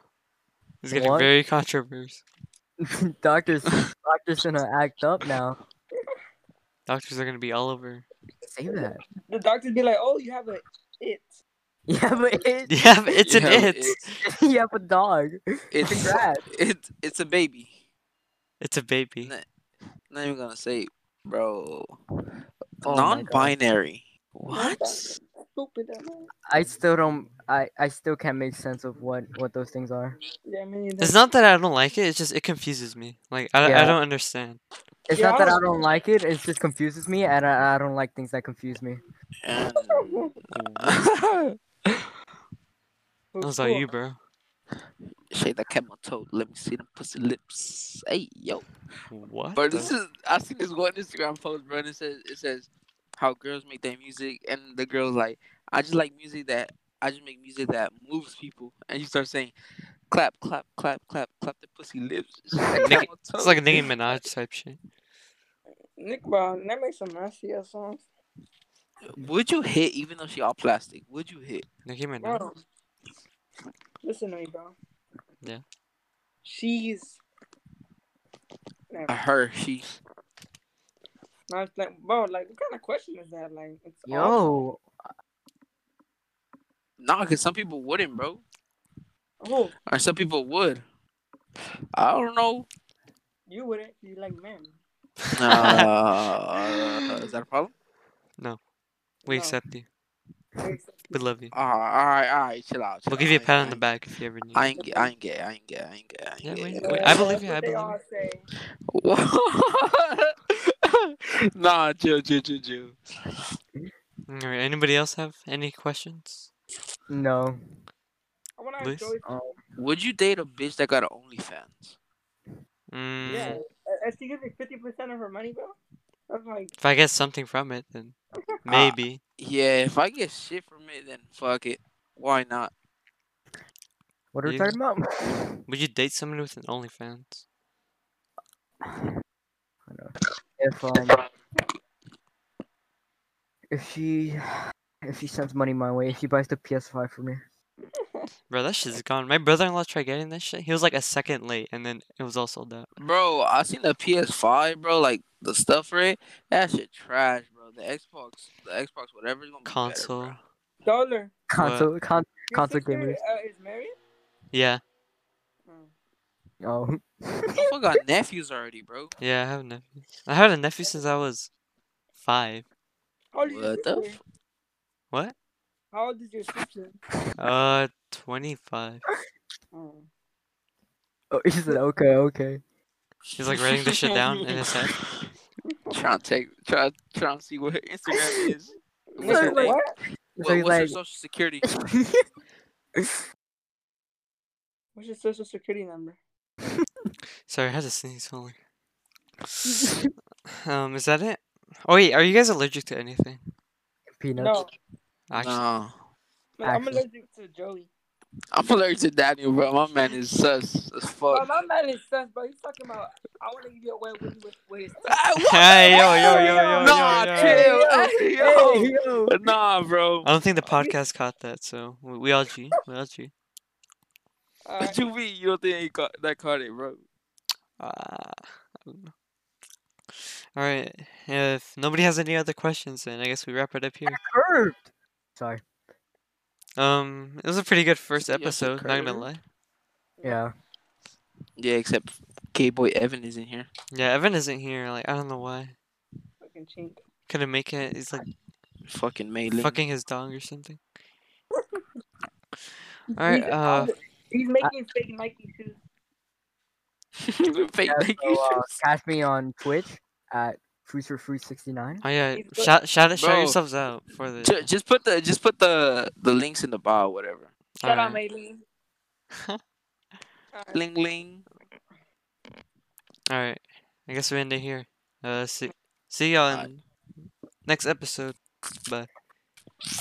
Speaker 1: it's getting
Speaker 3: What?
Speaker 1: very controversial.
Speaker 3: doctors, doctors gonna act up now.
Speaker 1: Doctors are gonna be all over.
Speaker 3: Say that.
Speaker 2: The doctors be like, "Oh, you have a it."
Speaker 3: Yeah, but it,
Speaker 1: Yeah, but it's
Speaker 4: You
Speaker 1: an
Speaker 4: know,
Speaker 1: it.
Speaker 3: you have a dog.
Speaker 4: It's
Speaker 3: Congrats.
Speaker 4: it's it's a baby.
Speaker 1: It's a baby.
Speaker 4: No. Not even gonna say, bro.
Speaker 3: Oh my God.
Speaker 4: Non-binary. What?
Speaker 2: Stupid. I know.
Speaker 3: I still don't. I I still can't make sense of what what those things are.
Speaker 2: Yeah, I mean,
Speaker 1: It's not that I don't like it. It's just it confuses me. Like I, I
Speaker 3: Yeah.
Speaker 1: don't understand.
Speaker 3: It's
Speaker 2: Yeah,
Speaker 3: not that
Speaker 2: I
Speaker 3: I don't like it. It just confuses me, and I, I don't like things that confuse me.
Speaker 4: And- Uh,
Speaker 1: I was like, you bro.
Speaker 4: Shake that camel toe. Let me see them pussy lips. Hey yo,
Speaker 1: What?
Speaker 4: bro.
Speaker 1: the-
Speaker 4: This is I seen this one Instagram post, bro. And it says it says how girls make their music, and the girls like I just like music that I just make music that moves people, and you start saying clap, clap, clap, clap, clap the pussy lips. Shake that
Speaker 1: Nicki-
Speaker 4: camel toe.
Speaker 1: it's like a Nicki Minaj type shit.
Speaker 2: Nick, bro, that makes some nasty ass songs.
Speaker 4: Would you hit even though she all plastic? Would you hit?
Speaker 1: Nicki Minaj.
Speaker 2: Bro, listen to me, bro.
Speaker 1: Yeah.
Speaker 2: She's. Never.
Speaker 4: Uh, her, she.
Speaker 2: And I was like, bro, like, what kind of question is that? Like, it's all-
Speaker 3: Yo,
Speaker 4: Nah, cause some people wouldn't, bro.
Speaker 2: Oh,
Speaker 4: Or some people would. I don't know.
Speaker 2: You wouldn't. You like men.
Speaker 4: Uh, is that a problem?
Speaker 1: We
Speaker 2: No.
Speaker 1: accept you. We love you.
Speaker 4: Uh, all right, all right, chill out. chill
Speaker 1: We'll give you a
Speaker 4: I
Speaker 1: pat on
Speaker 4: ain't-
Speaker 1: the back if you ever need.
Speaker 4: I
Speaker 1: it.
Speaker 4: ain't, ga- I ain't gay. I ain't gay. I ain't gay. I ain't
Speaker 1: Yeah,
Speaker 4: gay.
Speaker 1: we- we- I believe you, I
Speaker 2: That's what they
Speaker 1: believe
Speaker 2: all say.
Speaker 4: What? nah, chill, chill, chill, chill.
Speaker 1: Alright, anybody else have any questions?
Speaker 3: No.
Speaker 2: I want to
Speaker 1: Liz?
Speaker 2: enjoy.
Speaker 4: Would you date a bitch that got an OnlyFans?
Speaker 1: Mm,
Speaker 2: Yeah. If she gives me fifty percent of her money, bro, that's like
Speaker 1: If I get something from it, then maybe.
Speaker 4: Yeah, if I get shit from it, then fuck it. Why not?
Speaker 3: What are we
Speaker 1: You-
Speaker 3: talking about?
Speaker 1: Would you date someone with an OnlyFans?
Speaker 3: if um, if she if she sends money my way, if she buys the PS5 for me.
Speaker 1: Bro, that shit's gone. My brother-in-law tried getting that shit. He was like a second late, and then it was all sold out.
Speaker 4: Bro, I seen the PS5, bro. Like the stuff for it, that shit trash, bro. The Xbox, the Xbox, whatever is gonna be
Speaker 1: Console.
Speaker 4: Better,
Speaker 2: dollar.
Speaker 3: Console, con-
Speaker 2: Your
Speaker 3: Console
Speaker 2: sister,
Speaker 3: gamers.
Speaker 2: uh, is married.
Speaker 1: Yeah,
Speaker 2: Oh.
Speaker 3: oh,
Speaker 4: bro. I got nephews already, bro.
Speaker 1: yeah. I have nephews. I had a nephew since I was five.
Speaker 2: How old is your
Speaker 4: What the
Speaker 2: sister?
Speaker 1: What?
Speaker 2: How old is your sister?
Speaker 1: Uh, twenty-five.
Speaker 2: Oh.
Speaker 3: oh, he said okay, okay.
Speaker 1: He's like writing this shit down in his head.
Speaker 4: Trying to take, trying, trying to see what her Instagram is.
Speaker 2: Wait,
Speaker 4: What's her
Speaker 3: like,
Speaker 4: name?
Speaker 2: what?
Speaker 3: So
Speaker 4: What,
Speaker 3: he's
Speaker 4: what's her
Speaker 3: like,
Speaker 4: social security?
Speaker 2: What's your social security number?
Speaker 1: Sorry, I had to sneeze. Holy. Um, is that it? Oh wait, are you guys allergic to anything?
Speaker 3: peanuts.
Speaker 2: No,
Speaker 1: Actually,
Speaker 4: No.
Speaker 2: no I'm
Speaker 3: Actually.
Speaker 2: allergic to Joey.
Speaker 4: I'm allergic to Daniel, bro. My man is sus as
Speaker 2: Bro,
Speaker 4: fuck.
Speaker 2: my man is sus, bro. He's talking about I want to give you away with with, with his teeth.
Speaker 4: Ah, what?
Speaker 1: Hey, yo, yo, yo, yo,
Speaker 4: Nah,
Speaker 1: yo, yo.
Speaker 4: chill. Hey, yo.
Speaker 3: Hey, yo.
Speaker 4: Nah, bro.
Speaker 1: I don't think the podcast caught that, so we, we all G. We all G.
Speaker 2: Uh,
Speaker 4: What you mean? You don't think he caught that caught it, bro?
Speaker 1: Uh, I don't know. All right. If nobody has any other questions, then I guess we wrap it up here.
Speaker 3: Curved. Sorry.
Speaker 1: Um, it was a pretty good first
Speaker 4: Yes, it
Speaker 1: episode. Not gonna
Speaker 4: occurred.
Speaker 1: lie.
Speaker 3: Yeah.
Speaker 4: Yeah, except K Boy Evan is in here.
Speaker 1: Yeah, Evan isn't here. Like I don't know why.
Speaker 2: fucking chink.
Speaker 1: Couldn't make it. He's like
Speaker 4: Fucking Malin.
Speaker 1: fucking his dog or something. All right.
Speaker 2: He's-
Speaker 1: Uh,
Speaker 2: He's making fake Nike shoes.
Speaker 4: Fake
Speaker 3: yeah
Speaker 4: Nike
Speaker 3: so, uh,
Speaker 4: shoes.
Speaker 3: catch me on Twitch at fruitsurfruit69.
Speaker 1: oh yeah.
Speaker 2: He's good.
Speaker 1: Shout shout shout
Speaker 4: Bro.
Speaker 1: yourselves out for the.
Speaker 4: Ju- Just put the just put the the links in the bio, whatever.
Speaker 2: Shout out,
Speaker 1: Alright.
Speaker 2: Maylene. Alright.
Speaker 4: Ling ling.
Speaker 1: All right. I guess we end it here. Uh, see see y'all
Speaker 4: Bye.
Speaker 1: in next episode. Bye.